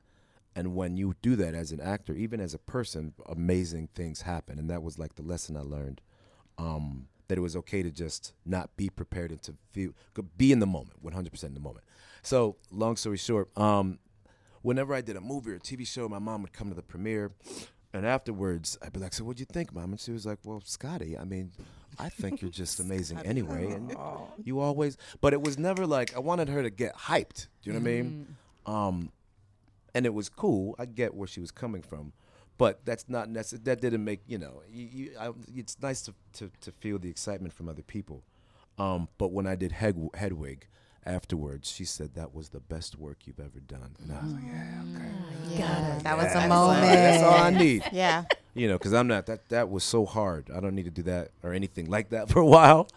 Speaker 5: And when you do that as an actor, even as a person, amazing things happen, and that was like the lesson I learned. Um, that it was okay to just not be prepared and to feel, be in the moment, 100% in the moment. So, long story short, um, whenever I did a movie or a TV show, my mom would come to the premiere. And afterwards, I'd be like, So, what'd you think, mom? And she was like, Well, Scotty, I mean, I think you're just amazing anyway. And you always, but it was never like, I wanted her to get hyped. Do you know what I mean? Um, and it was cool. I get where she was coming from. But that's not necessary. That didn't make you know. You, you, I, it's nice to, to, to feel the excitement from other people. Um, but when I did Heg- Hedwig afterwards, she said that was the best work you've ever done, and I was like, yeah, okay.
Speaker 1: That was a
Speaker 5: That's all-
Speaker 1: moment.
Speaker 5: That's all I need.
Speaker 4: Yeah.
Speaker 5: You know, because I'm not that. That was so hard. I don't need to do that or anything like that for a while.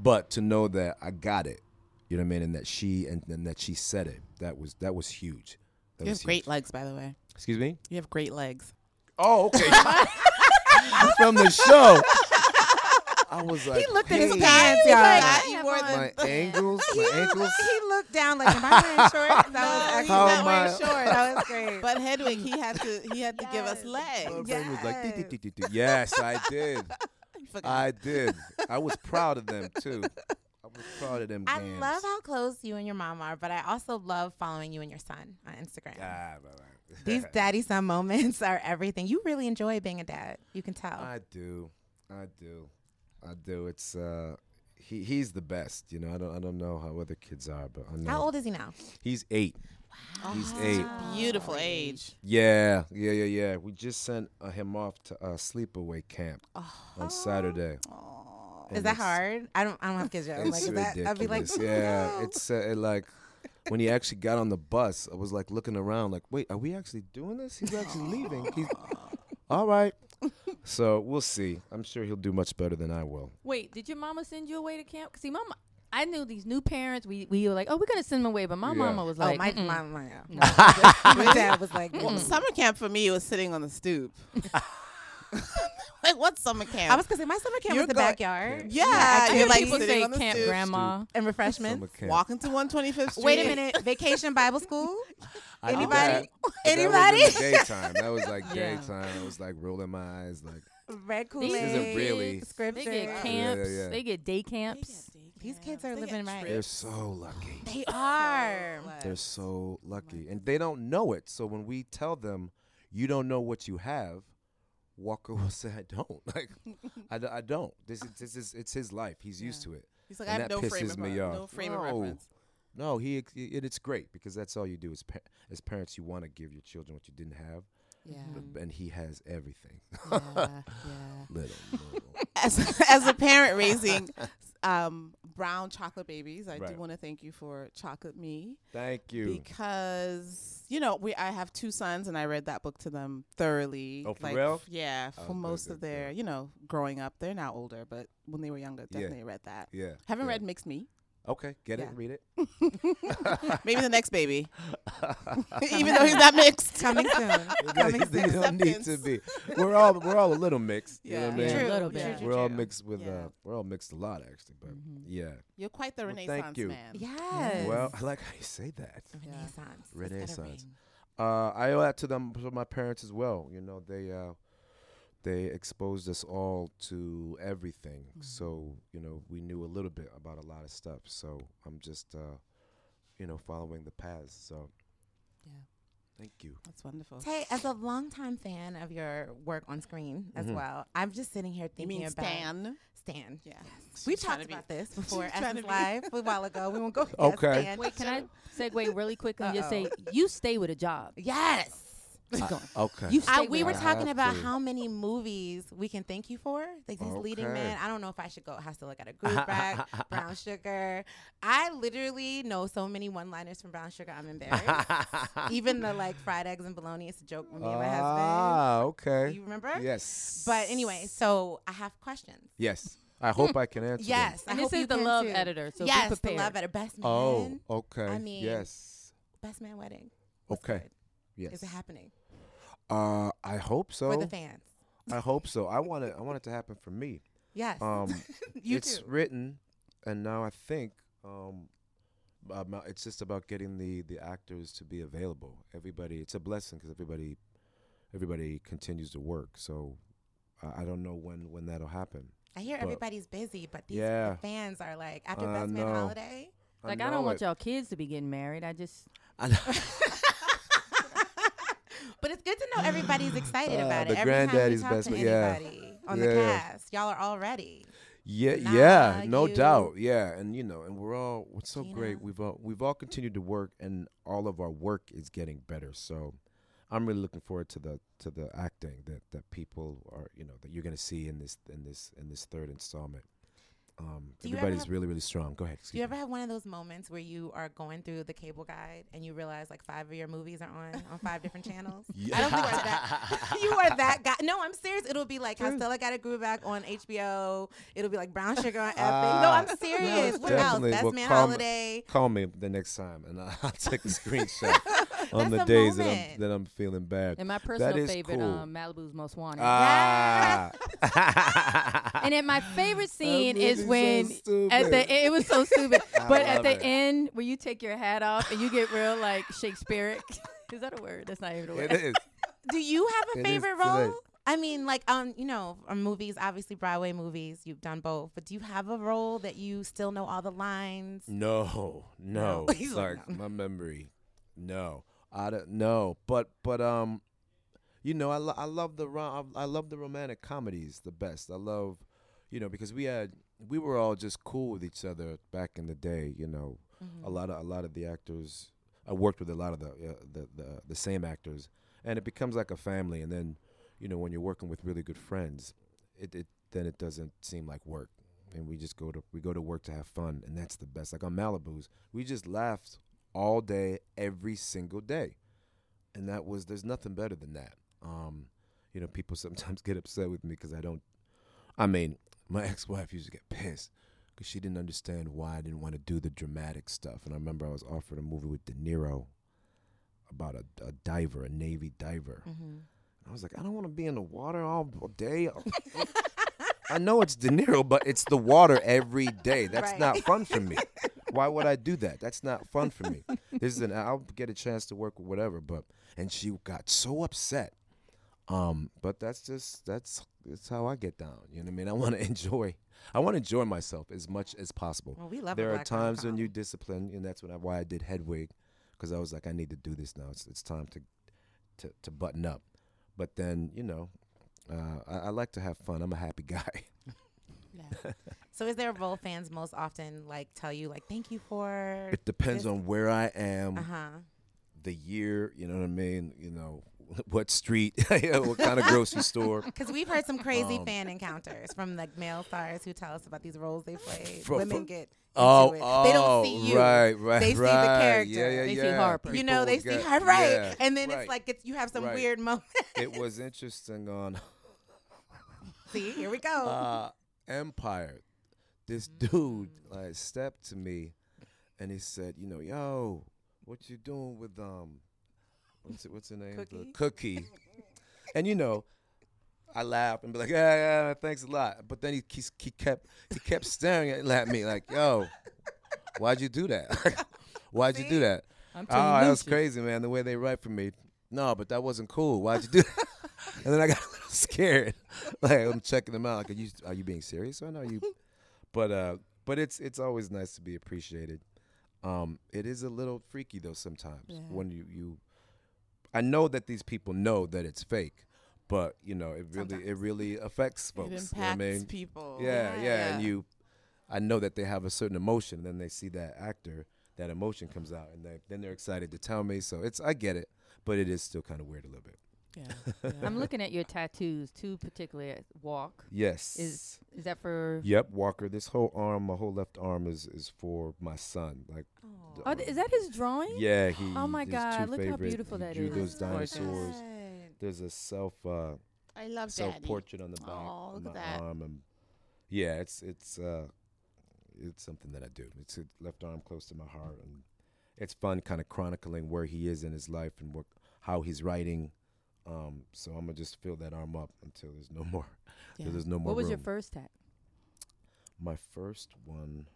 Speaker 5: But to know that I got it, you know what I mean, and that she and, and that she said it, that was that was huge. That
Speaker 4: You
Speaker 5: was
Speaker 4: have great
Speaker 5: huge.
Speaker 4: legs, by the way.
Speaker 5: Excuse me.
Speaker 4: You have great legs.
Speaker 5: Oh, okay. From the show. I was like,
Speaker 1: He looked at his
Speaker 5: "Hey,
Speaker 1: pants, y'all. he, wore
Speaker 5: My ankles, my ankles.
Speaker 1: he looked down like, am I wearing shorts? That was
Speaker 5: How
Speaker 1: actually
Speaker 5: am I-
Speaker 1: That was great.
Speaker 4: But Hedwig, he had to he had to give us
Speaker 5: My
Speaker 4: legs.
Speaker 5: brain was like, "Dee, dee, dee, dee, dee." yes, I did. I did. I was proud of them too. I was proud of them.
Speaker 1: I
Speaker 5: gams.
Speaker 1: love how close you and your mom are, but I also love following you and your son on Instagram.
Speaker 5: Ah, right, right.
Speaker 1: These daddy son moments are everything. You really enjoy being a dad. You can tell.
Speaker 5: I do. I do. I do. It's uh he he's the best, you know. I don't I don't know how other kids are, but I know
Speaker 1: How old is he now?
Speaker 5: he's eight. He's eight.
Speaker 4: Beautiful age.
Speaker 5: Yeah, yeah, yeah, yeah. We just sent uh, him off to uh, sleepaway camp on Saturday.
Speaker 1: Oh. Is that hard? I don't. I don't have kids yet. I'm
Speaker 5: It's
Speaker 1: Like, is that, I'd be like,
Speaker 5: ridiculous. yeah, it's uh, it, like when he actually got on the bus, I was like looking around, like, wait, are we actually doing this? He's actually leaving. He's all right. So we'll see. I'm sure he'll do much better than I will.
Speaker 7: Wait, did your mama send you away to camp? 'Cause See, mama, I knew these new parents. We we were like, oh, we're gonna send them away, but my
Speaker 5: Yeah.
Speaker 7: mama was
Speaker 1: Oh,
Speaker 7: like,
Speaker 1: my,
Speaker 7: "Mm-mm."
Speaker 1: my, my, my dad was like,
Speaker 4: Well, summer camp for me was sitting on the stoop. like what summer camp?
Speaker 1: I was gonna say my summer camp
Speaker 4: You're
Speaker 1: was the
Speaker 4: going-
Speaker 1: backyard
Speaker 4: yeah,
Speaker 7: I
Speaker 4: you're
Speaker 7: hear
Speaker 4: like
Speaker 7: people
Speaker 4: sitting
Speaker 7: say
Speaker 4: on the
Speaker 7: camp
Speaker 4: stoop,
Speaker 7: grandma.
Speaker 1: and refreshments.
Speaker 5: Summer camp.
Speaker 4: walking to 125th Street.
Speaker 1: Wait a minute, vacation Bible school.
Speaker 5: I did
Speaker 1: Anybody?
Speaker 5: that. That was in
Speaker 1: Anybody?
Speaker 5: the daytime. That was like
Speaker 2: Yeah.
Speaker 5: daytime. I was like rolling my eyes, like
Speaker 1: Red Kool
Speaker 5: this isn't
Speaker 1: Aid.
Speaker 5: really.
Speaker 7: They
Speaker 1: Scripture.
Speaker 7: get
Speaker 5: camp-
Speaker 7: camps.
Speaker 5: yeah, yeah.
Speaker 7: They get day camps.
Speaker 1: These kids are living right.
Speaker 5: They're so lucky.
Speaker 1: They are.
Speaker 5: They're so lucky, and they don't know it. So when we tell them, "You don't know what you have," Walker will say, "I don't. Like, I, d- I don't. This is this is it's his life. He's used to it."
Speaker 4: He's like,
Speaker 5: And
Speaker 4: I have
Speaker 5: that
Speaker 4: no frame
Speaker 5: pisses
Speaker 4: of
Speaker 5: me
Speaker 4: re-
Speaker 5: off.
Speaker 4: no frame of
Speaker 5: No.
Speaker 4: reference.
Speaker 5: No, he ex- it, it's great because that's all you do as pa- as parents. You want to give your children what you didn't have,
Speaker 2: Yeah.
Speaker 4: Mm-hmm.
Speaker 5: but, and he has everything.
Speaker 2: Yeah. yeah.
Speaker 5: little, little.
Speaker 4: as, as a parent raising um, brown chocolate babies, I do
Speaker 5: Right.
Speaker 4: want to thank you for Chocolate Me
Speaker 5: Thank you.
Speaker 4: because you know we I have two sons and I read that book to them thoroughly.
Speaker 5: Oh, for
Speaker 4: like,
Speaker 5: real?
Speaker 4: f- Yeah, for
Speaker 5: good,
Speaker 4: most
Speaker 5: good,
Speaker 4: of their you know growing up, they're now older, but when they were younger,
Speaker 5: Yeah.
Speaker 4: definitely read that.
Speaker 5: yeah.
Speaker 4: Haven't
Speaker 5: yeah.
Speaker 4: read Mixed Me.
Speaker 5: Okay, get
Speaker 4: Yeah.
Speaker 5: it. Read it.
Speaker 4: Maybe the next baby, even though he's not mixed.
Speaker 1: Coming soon. Coming
Speaker 5: they
Speaker 1: soon.
Speaker 5: don't need to
Speaker 4: acceptance.
Speaker 5: be. We're all we're all a little mixed. You know
Speaker 4: Yeah.
Speaker 5: what I mean?
Speaker 2: Yeah.
Speaker 1: True,
Speaker 2: little
Speaker 1: true,
Speaker 2: bit.
Speaker 1: true,
Speaker 5: We're all
Speaker 4: true.
Speaker 5: mixed with
Speaker 4: Yeah.
Speaker 5: uh, we're all mixed a lot actually, but
Speaker 1: Mm-hmm.
Speaker 5: yeah.
Speaker 4: You're quite the
Speaker 5: Well, thank
Speaker 4: Renaissance
Speaker 5: you.
Speaker 4: man.
Speaker 1: Yes.
Speaker 5: Well, I like how you say that.
Speaker 1: Renaissance. It's got a
Speaker 5: Renaissance.
Speaker 1: ring.
Speaker 5: Uh, I owe that to them to my parents as well. You know, they uh, they exposed us all to everything,
Speaker 1: Mm-hmm.
Speaker 5: so you know we knew a little bit about a lot of stuff. So I'm just uh, you know following the paths. So
Speaker 2: Yeah.
Speaker 5: thank you.
Speaker 4: That's wonderful.
Speaker 1: Tay, as a longtime fan of your work on screen as
Speaker 5: Mm-hmm.
Speaker 1: well, I'm just sitting here
Speaker 4: You
Speaker 1: thinking
Speaker 4: mean
Speaker 1: about
Speaker 4: Stan?
Speaker 1: Stan.
Speaker 4: Yeah. She's
Speaker 1: We've
Speaker 4: trying
Speaker 1: talked
Speaker 4: to be-
Speaker 1: about this before
Speaker 4: She's trying
Speaker 1: Essence
Speaker 4: to
Speaker 1: Live
Speaker 4: be-
Speaker 1: a while ago. We won't go.
Speaker 5: Okay.
Speaker 1: Yes, Stan.
Speaker 2: Wait, can I segue really quick and just say you stay with a job.
Speaker 1: yes.
Speaker 5: Uh, Okay.
Speaker 2: You stay
Speaker 1: I,
Speaker 2: with
Speaker 1: we
Speaker 2: a
Speaker 1: were
Speaker 2: job.
Speaker 1: talking about
Speaker 5: Absolutely.
Speaker 1: how many movies we can thank you for. Like these leading
Speaker 5: Okay.
Speaker 1: men. I don't know if I should go. I have to look at a group back. Brown Sugar. I literally know so many one-liners from Brown Sugar. I'm embarrassed. Even the like fried eggs and bologna. It's a joke with me and my husband.
Speaker 5: Ah, okay.
Speaker 1: You remember?
Speaker 5: Yes.
Speaker 1: But anyway, so I have questions.
Speaker 5: Yes. I hope I can answer. them.
Speaker 1: Yes, I
Speaker 2: And this
Speaker 1: hope you
Speaker 2: is the
Speaker 1: can
Speaker 2: love
Speaker 1: too.
Speaker 2: editor, so
Speaker 1: yes,
Speaker 2: be
Speaker 1: the
Speaker 2: prepared.
Speaker 1: love editor, best man,
Speaker 5: Oh, okay.
Speaker 1: I mean,
Speaker 5: yes.
Speaker 1: best man wedding. What's
Speaker 5: Okay.
Speaker 1: good?
Speaker 5: Yes.
Speaker 1: Is it happening
Speaker 5: Uh, I hope so.
Speaker 1: for the fans?
Speaker 5: I hope so. I want it. I want it to happen for me.
Speaker 1: Yes,
Speaker 5: Um,
Speaker 1: you
Speaker 5: it's
Speaker 1: too.
Speaker 5: written, and now I think um, about- it's just about getting the the actors to be available. Everybody, it's a blessing because everybody, everybody continues to work. So I, I don't know when when that'll happen.
Speaker 1: I hear
Speaker 5: but-
Speaker 1: everybody's busy, but these
Speaker 5: Yeah.
Speaker 1: the fans are like after
Speaker 5: I
Speaker 1: best man
Speaker 5: know.
Speaker 1: holiday.
Speaker 7: Like I don't
Speaker 5: know
Speaker 7: want
Speaker 5: it.
Speaker 7: y'all kids to be getting married. I just
Speaker 5: I know.
Speaker 1: But it's good to know everybody's excited
Speaker 5: Uh,
Speaker 1: about it.
Speaker 5: the
Speaker 1: Every
Speaker 5: granddaddy's
Speaker 1: time we talk
Speaker 5: best
Speaker 1: to
Speaker 5: man, yeah.
Speaker 1: anybody on the
Speaker 5: Yeah, yeah.
Speaker 1: cast, y'all are all ready.
Speaker 5: Yeah,
Speaker 1: Nah,
Speaker 5: yeah, no
Speaker 1: Ah, you-
Speaker 5: doubt. Yeah, and you know, and we're all what's so
Speaker 1: Gina.
Speaker 5: great. We've all we've all continued to work, and all of our work is getting better. So, I'm really looking forward to the to the acting that that people are you know that you're gonna see in this in this in this third installment. Um,
Speaker 1: Do you ever
Speaker 5: everybody's
Speaker 1: have-
Speaker 5: really really strong. Go ahead.
Speaker 1: Do you ever have one of those moments where you are going through the cable guide and you realize like five of your movies are on on five different channels? I don't think we're that. you are that guy. No, I'm serious. It'll be like how Stella got a groove back on HBO. It'll be like Brown Sugar on Epic. no,
Speaker 5: Ah,
Speaker 1: I'm serious. what else?
Speaker 5: definitely.
Speaker 1: Best
Speaker 5: Well,
Speaker 1: Man
Speaker 5: call me-
Speaker 1: Holiday.
Speaker 5: Call me the next time, and I'll, I'll take a screenshot
Speaker 1: That's
Speaker 5: on the
Speaker 1: a
Speaker 5: days that I'm
Speaker 1: moment.
Speaker 5: that I'm feeling bad.
Speaker 7: and my personal
Speaker 5: is
Speaker 7: favorite,
Speaker 5: cool.
Speaker 7: um, Malibu's Most Wanted.
Speaker 5: Ah.
Speaker 7: and then my favorite scene is
Speaker 5: movie's so
Speaker 7: when at
Speaker 5: stupid.
Speaker 7: the it was so stupid. but at
Speaker 5: love
Speaker 7: the
Speaker 5: it.
Speaker 7: end, where you take your hat off and you get real like Shakespearean. is that a word? That's not even a word.
Speaker 5: it is.
Speaker 1: Do you have
Speaker 5: It
Speaker 1: a
Speaker 5: is
Speaker 1: favorite
Speaker 5: today.
Speaker 1: role? I mean, like, um, you know, uh, movies, obviously Broadway movies, you've done both, but do you have a role that you still know all the lines?
Speaker 5: No,
Speaker 1: No.
Speaker 5: no.
Speaker 1: He's like,
Speaker 5: like my memory. No, I don't know. But but um, you know, I, lo- I love the rom- I love the romantic comedies the best. I love, you know, because we had we were all just cool with each other back in the day. You know, a lot of a lot of the actors I worked with a lot of the uh, the, the the same actors, and it becomes like a family. And then, you know, when you're working with really good friends, it, it then it doesn't seem like work and we just go to we go to work to have fun and that's the best like on malibu's we just laughed all day every single day and that was there's nothing better than that um You know, people sometimes get upset with me because I don't. I mean, my ex-wife used to get pissed because she didn't understand why I didn't want to do the dramatic stuff. And I remember I was offered a movie with De Niro about a, a diver, a Navy diver. And I was like, I don't want to be in the water all all day. I know it's De Niro, but it's the water every day. That's not fun for me. Why would I do that? That's not fun for me. This is an I'll get a chance to work with whatever, but and she got so upset. Um, but that's just that's that's how I get down. You know what I mean? I want to enjoy. I want to enjoy myself as much as possible.
Speaker 1: Well, we love a
Speaker 5: There are
Speaker 1: black
Speaker 5: times when
Speaker 1: rom-com.
Speaker 5: you discipline, and that's when I, why I did Hedwig, because I was like, I need to do this now. It's it's time to to to button up. But then you know, uh, I, I like to have fun. I'm a happy guy.
Speaker 1: So is there a role fans most often like tell you like thank you for
Speaker 5: It depends on where I am,
Speaker 1: uh huh
Speaker 5: the year. You know what I mean? You know what street, what kind of grocery store.
Speaker 1: because we've heard some crazy
Speaker 5: Um.
Speaker 1: fan encounters from like male stars who tell us about these roles they played.
Speaker 5: From-
Speaker 1: Women
Speaker 5: from-
Speaker 1: get into
Speaker 5: Oh,
Speaker 1: it.
Speaker 5: oh,
Speaker 1: they don't see you.
Speaker 5: Right, right,
Speaker 1: They see the
Speaker 5: right.
Speaker 1: character.
Speaker 5: Yeah, yeah,
Speaker 1: They
Speaker 5: yeah.
Speaker 2: see Harper.
Speaker 1: You know, they
Speaker 5: People
Speaker 1: see
Speaker 5: get-
Speaker 1: her right,
Speaker 5: yeah,
Speaker 1: and then
Speaker 5: right.
Speaker 1: it's like it's, you have some
Speaker 5: Right.
Speaker 1: weird moment.
Speaker 5: it was interesting on
Speaker 1: see, here we go.
Speaker 5: uh, Empire. This dude like stepped to me, and he said, "You know, yo, what you doing with um, what's it, what's her name? The cookie." and you know, I laugh and be like, "Yeah, yeah, thanks a lot." But then he he, he kept he kept staring at, at me like, "Yo, why'd you do that? why'd you do that?"
Speaker 2: I'm
Speaker 5: Oh,
Speaker 2: telling
Speaker 5: that
Speaker 2: you,
Speaker 5: was crazy, man. The way they write for me. No, but that wasn't cool. Why'd you do that? and then I got a little scared. Like I'm checking them out. Like, are you are you being serious right now? Are you, but uh, but it's it's always nice to be appreciated. Um, it is a little freaky though sometimes when you you. I know that these people know that it's fake, but you know it really it really affects folks.
Speaker 4: It impacts
Speaker 5: you know what I mean?
Speaker 7: Oh,
Speaker 4: people.
Speaker 5: Yeah, yeah, And you, I know that they have a certain emotion. Then they see that actor, that emotion comes out, and they, then they're excited to tell me. So it's, I get it, but it is still kind of weird a little bit.
Speaker 4: Yeah, yeah.
Speaker 2: I'm looking
Speaker 7: Looking at your tattoos, two particularly uh, walk.
Speaker 5: Yes.
Speaker 7: Is is that for?
Speaker 5: yep, Walker. This whole arm, my whole left arm is is for my son. Like, the-
Speaker 7: Oh, th- is that his drawing?
Speaker 5: Yeah, he.
Speaker 7: Oh my
Speaker 5: his
Speaker 7: God,
Speaker 5: two
Speaker 7: look how
Speaker 5: favorite-
Speaker 7: beautiful
Speaker 5: he
Speaker 7: that
Speaker 5: drew
Speaker 7: is.
Speaker 5: Those
Speaker 4: That's
Speaker 5: dinosaurs.
Speaker 1: Good.
Speaker 5: There's a self uh,
Speaker 4: I love
Speaker 5: self
Speaker 4: Daddy.
Speaker 5: portrait on the back.
Speaker 4: eh? Aw,
Speaker 5: on
Speaker 4: look at
Speaker 5: my
Speaker 4: that.
Speaker 5: Arm and, yeah, it's it's uh, it's something that I do. It's a left arm close to my heart, and it's fun, kind of chronicling where he is in his life and what how he's writing. Um, so I'm gonna just fill that arm up until there's no more. till
Speaker 4: Yeah.
Speaker 5: There's no more.
Speaker 7: What was your
Speaker 5: room.
Speaker 7: first tat?
Speaker 5: My first one.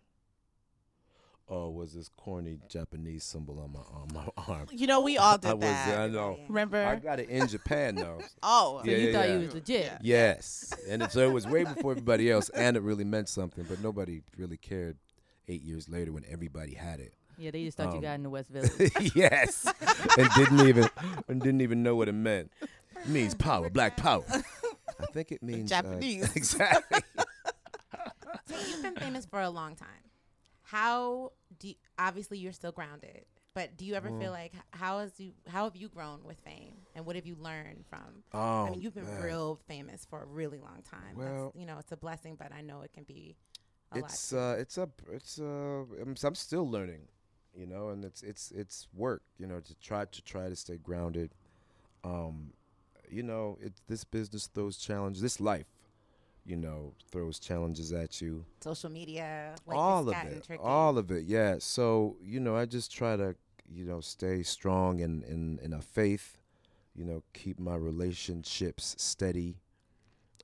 Speaker 5: Oh, was this corny Japanese symbol on my on my arm?
Speaker 4: You know, we all did
Speaker 5: I was.
Speaker 4: that.
Speaker 5: I know.
Speaker 4: Remember?
Speaker 5: I got it in Japan though.
Speaker 4: oh,
Speaker 5: Yeah,
Speaker 7: you
Speaker 5: yeah,
Speaker 7: thought
Speaker 5: yeah.
Speaker 7: you was legit.
Speaker 5: Yes, and it, so it was way before everybody else, and it really meant something. But nobody really cared eight years later when everybody had it.
Speaker 7: Yeah, they just thought you
Speaker 5: Um,
Speaker 7: got in the West Village.
Speaker 5: yes, and didn't even and didn't even know what it meant. It means power, black power. I think it means uh,
Speaker 4: Japanese.
Speaker 5: exactly.
Speaker 1: So you've been famous for a long time. How do you, obviously you're still grounded, but do you ever
Speaker 5: Mm.
Speaker 1: feel like h- how has you how have you grown with fame and what have you learned from? I
Speaker 5: Oh,
Speaker 1: mean, you've been
Speaker 5: man.
Speaker 1: real famous for a really long time.
Speaker 5: Well-
Speaker 1: That's, you know, it's a blessing, but I know it can be a
Speaker 5: it's
Speaker 1: lot.
Speaker 5: uh it's up it's uh I'm, I'm still learning you know and it's it's it's work you know to try to try to stay grounded um you know it's this business throws challenges this life you know throws challenges at you
Speaker 1: Social media, like
Speaker 5: all
Speaker 1: it's
Speaker 5: of
Speaker 1: gotten
Speaker 5: it
Speaker 1: tricky.
Speaker 5: all of it yeah so you know i just try to you know stay strong in in in a faith you know keep my relationships steady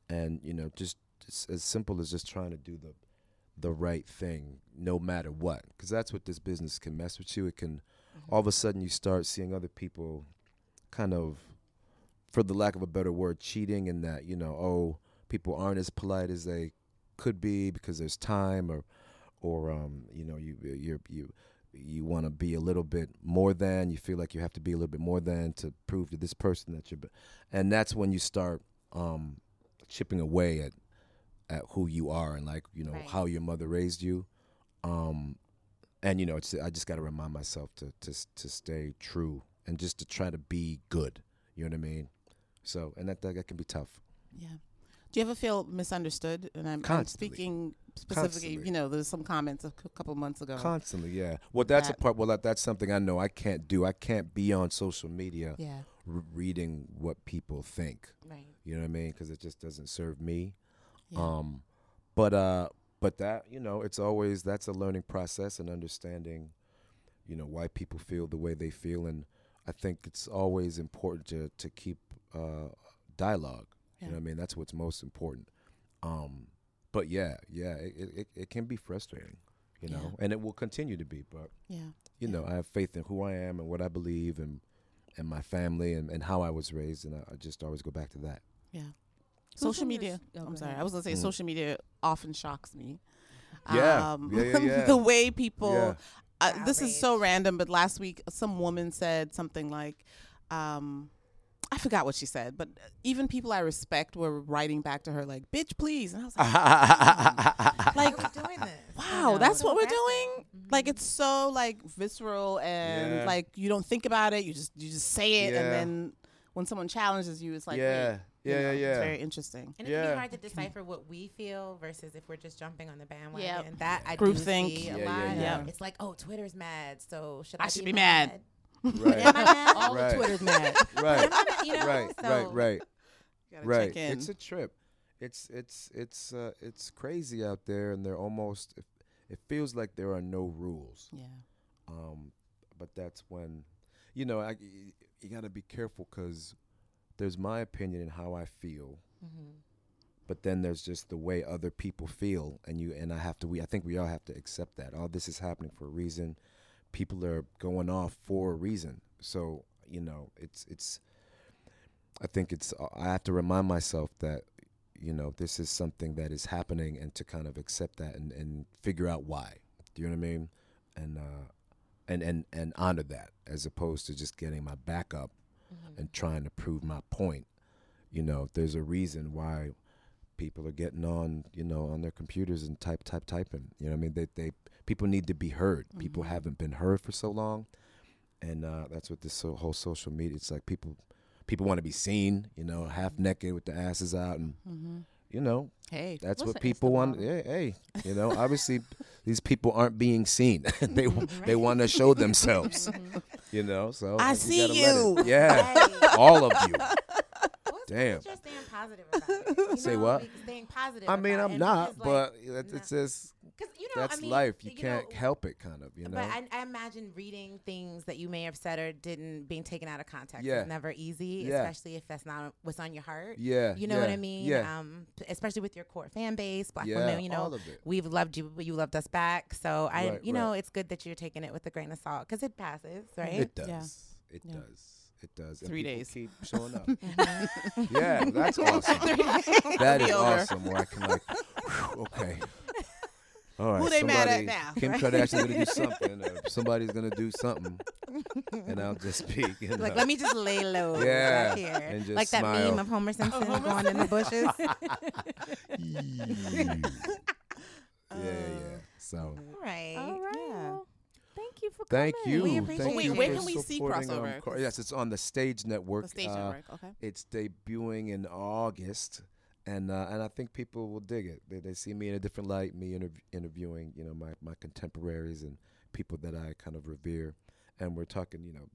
Speaker 5: and you know just just as simple as just trying to do the the right thing no matter what because that's what this business can mess with you it can
Speaker 1: Mm-hmm.
Speaker 5: all of a sudden you start seeing other people kind of for the lack of a better word cheating in that you know oh people aren't as polite as they could be because there's time or or um you know you you you you want to be a little bit more than you feel like you have to be a little bit more than to prove to this person that you're be- and that's when you start um chipping away at at who you are and like you know
Speaker 1: Right.
Speaker 5: how your mother raised you um and you know it's i just got to remind myself to to to stay true and just to try to be good you know what i mean so and that that, that can be tough
Speaker 4: Yeah. Do you ever feel misunderstood? And I'm, I'm
Speaker 5: Constantly.
Speaker 4: speaking specifically,
Speaker 5: Constantly.
Speaker 4: you know, there's some comments a c- couple months ago.
Speaker 5: Constantly, yeah. Well, that's a
Speaker 4: That-
Speaker 5: part. Well, that, that's something I know I can't do. I can't be on social media
Speaker 4: yeah.
Speaker 5: r- reading what people think.
Speaker 4: Right.
Speaker 5: You know what I mean? Because it just doesn't serve me.
Speaker 4: Yeah.
Speaker 5: Um, but uh, but that you know, it's always that's a learning process and understanding, you know, why people feel the way they feel, and I think it's always important to to keep uh, dialogue. You know what I mean? That's what's most important. Um, but yeah, yeah, it, it- it it can be frustrating, you know, and it will continue to be. But
Speaker 4: Yeah.
Speaker 5: you know, I have faith in who I am and what I believe and and my family and, and how I was raised, and I, I just always go back to that.
Speaker 4: social
Speaker 2: on your
Speaker 4: media.
Speaker 2: s- oh,
Speaker 4: I'm
Speaker 2: go
Speaker 4: sorry.
Speaker 2: ahead.
Speaker 4: I was gonna say
Speaker 5: Mm.
Speaker 4: social media often shocks me. Um,
Speaker 5: Yeah. Yeah, yeah, yeah.
Speaker 4: the way people.
Speaker 5: Yeah.
Speaker 4: Uh, this is so random, but last week some woman said something like, um, "I forgot what she said," but even people I respect were writing back to her like, "Bitch, please," and I was like, um,
Speaker 1: like we're doing this.
Speaker 4: "Wow,
Speaker 2: know. Mm-hmm.
Speaker 4: that's
Speaker 1: So
Speaker 4: what we're
Speaker 1: aggressive.
Speaker 4: doing." Like it's so like visceral and
Speaker 5: Yeah.
Speaker 4: like you don't think about it, you just you just say it,
Speaker 5: Yeah.
Speaker 4: and then when someone challenges you, it's like,
Speaker 5: yeah,
Speaker 4: wait, you
Speaker 5: yeah, yeah,
Speaker 4: know, It's
Speaker 5: yeah.
Speaker 4: very interesting.
Speaker 1: And it can
Speaker 5: Yeah.
Speaker 1: be hard to decipher what we feel versus if we're just jumping on the bandwagon.
Speaker 2: Yeah.
Speaker 1: And that I do
Speaker 4: Groupthink.
Speaker 1: see a
Speaker 5: Yeah,
Speaker 1: lot.
Speaker 5: yeah,
Speaker 4: yeah.
Speaker 1: It's like, oh, Twitter's mad, so should
Speaker 4: I
Speaker 1: I,
Speaker 4: should
Speaker 1: be
Speaker 4: be mad.
Speaker 1: mad? Am I
Speaker 5: Right,
Speaker 1: mad?
Speaker 2: All
Speaker 5: Right.
Speaker 2: of Twitter's mad.
Speaker 5: right,
Speaker 1: Am I mad? You know?
Speaker 5: right,
Speaker 1: So-
Speaker 5: right, right,
Speaker 4: Gotta
Speaker 5: right.
Speaker 4: check in.
Speaker 5: It's a trip. It's it's it's uh, it's crazy out there, and they're almost. It, it feels like there are no rules.
Speaker 4: yeah.
Speaker 5: Um, but that's when, you know, I, y- you got to be careful because there's my opinion and how I feel, but then there's just the way other people feel, and you and I have to. We I think we all have to accept that. All this is happening for a reason. People are going off for a reason. So you know, it's it's. I think it's. uh, I have to remind myself that. You know, this is something that is happening, and to kind of accept that and, and figure out why. Do you know what I mean? and uh, and and and honor that as opposed to just getting my back up
Speaker 1: Mhm.
Speaker 5: and trying to prove my point. You know, there's a reason why people are getting on, you know, on their computers and type type typing. You know, what I mean, they they people need to be heard. People haven't been heard for so long, and uh, that's what this so, whole social media. It's like people people want to be seen. You know, half naked with their asses out and. You know,
Speaker 4: Hey,
Speaker 5: that's
Speaker 2: Listen,
Speaker 5: what
Speaker 2: it's
Speaker 5: people
Speaker 2: the
Speaker 5: want.
Speaker 2: model.
Speaker 5: Yeah, hey, you know, obviously these people aren't being seen. they they want to show themselves. You know, so
Speaker 4: I
Speaker 5: you
Speaker 4: see
Speaker 5: gotta let it-
Speaker 4: you.
Speaker 5: Yeah,
Speaker 1: Right.
Speaker 5: all of you.
Speaker 1: Well, it's
Speaker 5: Damn.
Speaker 1: because You're staying positive about it. you
Speaker 5: Say
Speaker 1: know?
Speaker 5: what?
Speaker 1: Be- Staying positive.
Speaker 5: I mean,
Speaker 1: about it. Uh,
Speaker 5: I'm
Speaker 1: And
Speaker 5: not,
Speaker 1: because, like,
Speaker 5: but it's, it's just
Speaker 1: 'cause, you know, I
Speaker 5: that's
Speaker 1: mean,
Speaker 5: life. You,
Speaker 1: know,
Speaker 5: can't help it, kind of. You know.
Speaker 1: But I, I imagine reading things that you may have said or didn't being taken out of context
Speaker 5: Yeah.
Speaker 1: is never easy,
Speaker 5: Yeah.
Speaker 1: especially if that's not what's on your heart.
Speaker 5: yeah.
Speaker 1: You know what
Speaker 5: yeah,
Speaker 1: I mean?
Speaker 5: Yeah.
Speaker 1: Um, p- especially with your core fan base, black
Speaker 5: yeah.
Speaker 1: women, you know,
Speaker 5: all of it.
Speaker 1: we've loved you, but you loved us back. So I,
Speaker 5: Right,
Speaker 1: you know,
Speaker 5: right.
Speaker 1: it's good that you're taking it with a grain of salt because it passes, right?
Speaker 5: It does.
Speaker 4: Yeah.
Speaker 5: It
Speaker 4: Yeah.
Speaker 5: does. It does.
Speaker 4: Three
Speaker 5: people
Speaker 4: days.
Speaker 5: Keep showing up. yeah, that's awesome. that
Speaker 4: Be
Speaker 5: is
Speaker 4: over.
Speaker 5: awesome. Where I can like, whew, okay. All right.
Speaker 4: Who they mad at
Speaker 5: somebody-
Speaker 4: now,
Speaker 5: Kim Kardashian's gonna do something. Or somebody's gonna do something, and I'll just be you know,
Speaker 1: like, let me just lay low
Speaker 5: Yeah,
Speaker 1: back here,
Speaker 5: and just
Speaker 1: like that
Speaker 5: smile.
Speaker 1: meme of Oh, Homer Simpson going in the bushes.
Speaker 5: yeah, yeah, yeah. So
Speaker 1: All right.
Speaker 7: All right.
Speaker 4: Yeah.
Speaker 7: well, thank you for
Speaker 5: thank
Speaker 7: coming.
Speaker 5: you.
Speaker 1: We appreciate
Speaker 5: thank
Speaker 1: it.
Speaker 5: you
Speaker 1: Wait, where
Speaker 5: for
Speaker 4: can we see
Speaker 5: supporting, um,
Speaker 4: crossover?
Speaker 5: Cro- yes, it's on the Stage Network.
Speaker 4: the station
Speaker 5: uh,
Speaker 4: work. Okay.
Speaker 5: It's debuting in August, and uh, and I think people will dig it. They, they see me in a different light, me interv- interviewing you know my my contemporaries and people that I kind of revere, and we're talking you know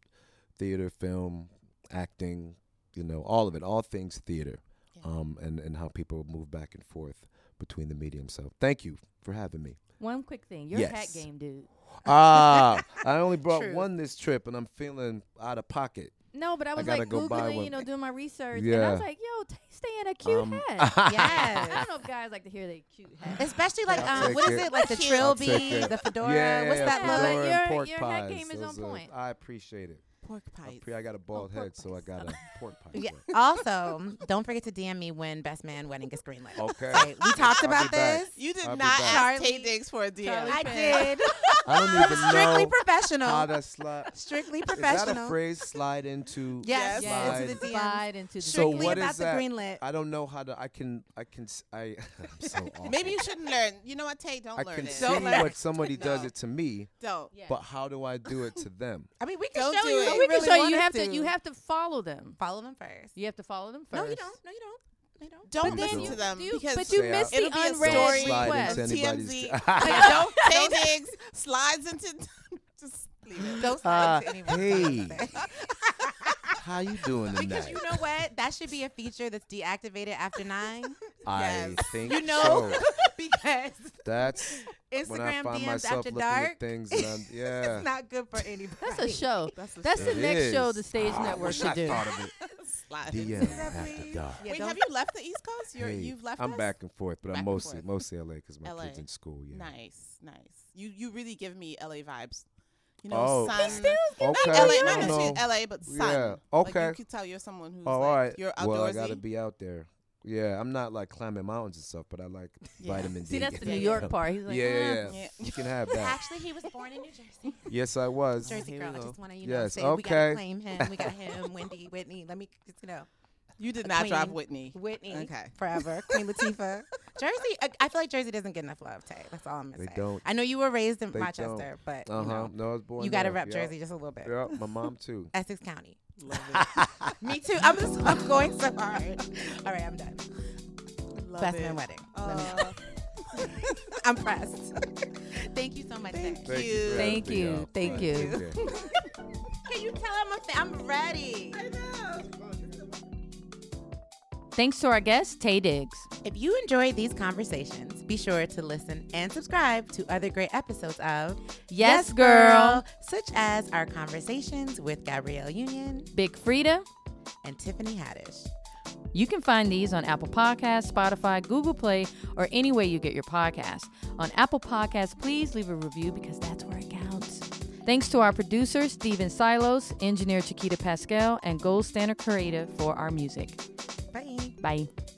Speaker 5: theater, film, acting, you know all of it, all things theater, um, and and how people move back and forth between the medium. So thank you for having me.
Speaker 7: One quick thing. Your hat
Speaker 5: Yes.
Speaker 7: game, dude.
Speaker 5: Ah, I only brought
Speaker 4: True.
Speaker 5: one this trip, and I'm feeling out of pocket.
Speaker 7: No, but I was
Speaker 5: gotta
Speaker 7: like
Speaker 5: go buy
Speaker 7: googling,
Speaker 5: one.
Speaker 7: you know, doing my research, and I
Speaker 5: Yeah.
Speaker 7: was like, "Yo, t- stay in a cute
Speaker 5: Um,
Speaker 7: hat." I
Speaker 1: Yes.
Speaker 7: don't know if guys like to hear they cute hat.
Speaker 1: Especially like
Speaker 5: I'll
Speaker 1: um,
Speaker 5: take
Speaker 1: what is
Speaker 5: it.
Speaker 1: it like the
Speaker 5: I'll take
Speaker 1: trilby,
Speaker 5: it.
Speaker 1: the fedora?
Speaker 5: Yeah,
Speaker 1: What's that
Speaker 5: fedora
Speaker 1: look?
Speaker 7: look?
Speaker 5: and
Speaker 7: Your-
Speaker 5: pork
Speaker 7: your
Speaker 5: pies.
Speaker 7: head game is
Speaker 5: Those
Speaker 7: on
Speaker 5: are-
Speaker 7: point.
Speaker 5: I appreciate it.
Speaker 4: Pork
Speaker 5: I,
Speaker 4: pies.
Speaker 5: pre- I got a bald head, so I got a pork pie.
Speaker 1: Oh, Yeah.
Speaker 5: but-
Speaker 1: Also, don't forget to DM me when Best Man Wedding gets greenlit.
Speaker 5: Okay.
Speaker 1: Right, We talked
Speaker 5: I'll be
Speaker 1: about
Speaker 5: back.
Speaker 1: this.
Speaker 4: You did
Speaker 5: I'll be back.
Speaker 4: not ask Tay
Speaker 1: Charlie-
Speaker 4: Diggs for a deal.
Speaker 1: I did.
Speaker 5: I don't even
Speaker 1: Strictly
Speaker 5: know how
Speaker 1: professional.
Speaker 5: to slide.
Speaker 1: Strictly
Speaker 5: Is that a
Speaker 1: professional.
Speaker 5: phrase? Slide into.
Speaker 1: Yes.
Speaker 5: Slide.
Speaker 1: yes. Into the DM.
Speaker 7: Slide into the
Speaker 5: So
Speaker 1: Strictly
Speaker 5: what
Speaker 1: about
Speaker 5: is
Speaker 1: the
Speaker 5: that?
Speaker 1: greenlit.
Speaker 5: I don't know how to. I can. I can. s- I. I'm so awful.
Speaker 4: Maybe you shouldn't learn. You know what, Tay? Don't
Speaker 5: I
Speaker 4: learn
Speaker 5: can
Speaker 4: it.
Speaker 5: see
Speaker 4: Don't learn.
Speaker 5: what somebody does
Speaker 4: No.
Speaker 5: it to me,
Speaker 4: Don't.
Speaker 5: but how do I do it to them?
Speaker 1: I mean, Oh, we can
Speaker 4: Don't
Speaker 1: show
Speaker 4: do
Speaker 1: you.
Speaker 4: it.
Speaker 1: if
Speaker 4: But
Speaker 1: you
Speaker 4: we
Speaker 1: really
Speaker 7: so
Speaker 1: want
Speaker 7: you
Speaker 1: us
Speaker 7: have to.
Speaker 1: to.
Speaker 7: you have to follow them.
Speaker 1: follow them first.
Speaker 7: You have to follow them first.
Speaker 1: No, you don't. No, you don't. No, you don't.
Speaker 4: Don't
Speaker 5: But then
Speaker 4: listen
Speaker 5: you-
Speaker 4: to them
Speaker 7: do you-
Speaker 4: because
Speaker 7: but you
Speaker 5: Say miss
Speaker 7: missed the
Speaker 5: out.
Speaker 4: it'll be a
Speaker 7: unread
Speaker 4: story
Speaker 5: Slide
Speaker 7: request.
Speaker 5: into
Speaker 4: of
Speaker 5: anybody's.
Speaker 4: TMZ. Like, don't Tay Diggs slides into. Just leave it.
Speaker 1: Don't
Speaker 5: Uh,
Speaker 1: slide into anyone.
Speaker 5: hey. How you doing tonight?
Speaker 1: Because you know what? That should be a feature that's deactivated after nine.
Speaker 5: I
Speaker 1: Yes.
Speaker 5: think
Speaker 1: You know,
Speaker 5: so.
Speaker 1: because
Speaker 5: That's when I
Speaker 1: Instagram
Speaker 5: find
Speaker 1: DMs
Speaker 5: myself
Speaker 1: after
Speaker 5: looking
Speaker 1: dark
Speaker 5: at things. And I'm, yeah.
Speaker 1: is not good for anybody.
Speaker 2: That's a show.
Speaker 4: That's a
Speaker 2: That's the
Speaker 5: It
Speaker 2: next show
Speaker 5: is.
Speaker 2: the Stage
Speaker 5: Ah, I
Speaker 2: Network
Speaker 5: wish
Speaker 2: should
Speaker 5: I
Speaker 2: do.
Speaker 5: thought of it.
Speaker 4: slide.
Speaker 5: DM after dark.
Speaker 1: Yeah,
Speaker 4: Wait,
Speaker 1: don't-
Speaker 4: have you left the East Coast? You're,
Speaker 5: Hey,
Speaker 4: You've left.
Speaker 5: I'm
Speaker 4: us?
Speaker 5: back and forth, but
Speaker 4: Back
Speaker 5: I'm
Speaker 4: and
Speaker 5: mostly
Speaker 4: forth.
Speaker 5: mostly LA because my
Speaker 4: LA.
Speaker 5: kids in school. Yeah.
Speaker 4: Nice, nice. You you really give me LA vibes. You
Speaker 5: Oh.
Speaker 4: know,
Speaker 5: He
Speaker 4: sun.
Speaker 5: Okay.
Speaker 4: Not LA,
Speaker 5: I
Speaker 4: not
Speaker 5: know.
Speaker 4: necessarily LA, but sun.
Speaker 5: Yeah,
Speaker 4: Like
Speaker 5: okay.
Speaker 4: you could tell you're someone who's
Speaker 5: Oh,
Speaker 4: like
Speaker 5: all right.
Speaker 4: you're outdoorsy.
Speaker 5: well, I gotta be out there. Yeah, I'm not like climbing mountains and stuff, but I like
Speaker 4: Yeah.
Speaker 5: vitamin D.
Speaker 2: See, that's the
Speaker 5: Yeah,
Speaker 2: New
Speaker 5: yeah,
Speaker 2: York
Speaker 5: yeah.
Speaker 2: part. He's like,
Speaker 5: yeah, yeah,
Speaker 2: "Ah."
Speaker 5: yeah.
Speaker 4: Yeah.
Speaker 5: You can have that.
Speaker 1: Actually, he was born in New Jersey.
Speaker 5: Yes, I was.
Speaker 1: Jersey
Speaker 4: here
Speaker 1: girl.
Speaker 4: we
Speaker 1: I
Speaker 4: go.
Speaker 1: just want to, you know,
Speaker 5: Yes,
Speaker 1: say we gotta
Speaker 5: okay.
Speaker 1: claim him. We got him, Wendy, Whitney. Let me, just, you know,
Speaker 4: you did not drive
Speaker 1: queen.
Speaker 4: Whitney.
Speaker 1: Whitney.
Speaker 4: Okay.
Speaker 1: Forever, Queen Latifah. Jersey. I, I feel like Jersey doesn't get enough love, Tay. That's all I'm gonna
Speaker 5: They
Speaker 1: say.
Speaker 5: don't.
Speaker 1: I know you were raised in
Speaker 5: They
Speaker 1: Rochester, but
Speaker 5: Uh
Speaker 1: you,
Speaker 5: huh.
Speaker 1: know,
Speaker 5: No, I was born.
Speaker 1: you gotta
Speaker 5: there.
Speaker 1: rep
Speaker 5: Yep.
Speaker 1: Jersey just a little bit.
Speaker 5: Yep. My mom too.
Speaker 1: Essex County. Me too. I'm just I'm going so hard. All right, I'm done.
Speaker 4: Love
Speaker 1: Best
Speaker 4: it.
Speaker 1: man wedding. Let me-
Speaker 4: Uh,
Speaker 1: I'm pressed. Thank you so much. Tay.
Speaker 4: Thank
Speaker 5: Thank you.
Speaker 4: you.
Speaker 5: for
Speaker 2: Thank
Speaker 5: having me
Speaker 2: you.
Speaker 5: out.
Speaker 2: Thank you.
Speaker 5: Yeah.
Speaker 1: Can you tell I'm a fan? I'm ready.
Speaker 2: Thanks to our guest, Tay Diggs.
Speaker 1: If you enjoyed these conversations, be sure to listen and subscribe to other great episodes of
Speaker 2: Yes, girl.
Speaker 1: such as our conversations with Gabrielle Union
Speaker 2: Big Frida.
Speaker 1: and Tiffany Haddish.
Speaker 2: You can find these on Apple Podcasts, Spotify, Google Play, or any way you get your podcast. On Apple Podcasts, please leave a review because that's where it counts. Thanks to our producer, Steven Silos, engineer Chiquita Pascal, and Gold Standard Creative for our music.
Speaker 1: Bye.
Speaker 2: Bye.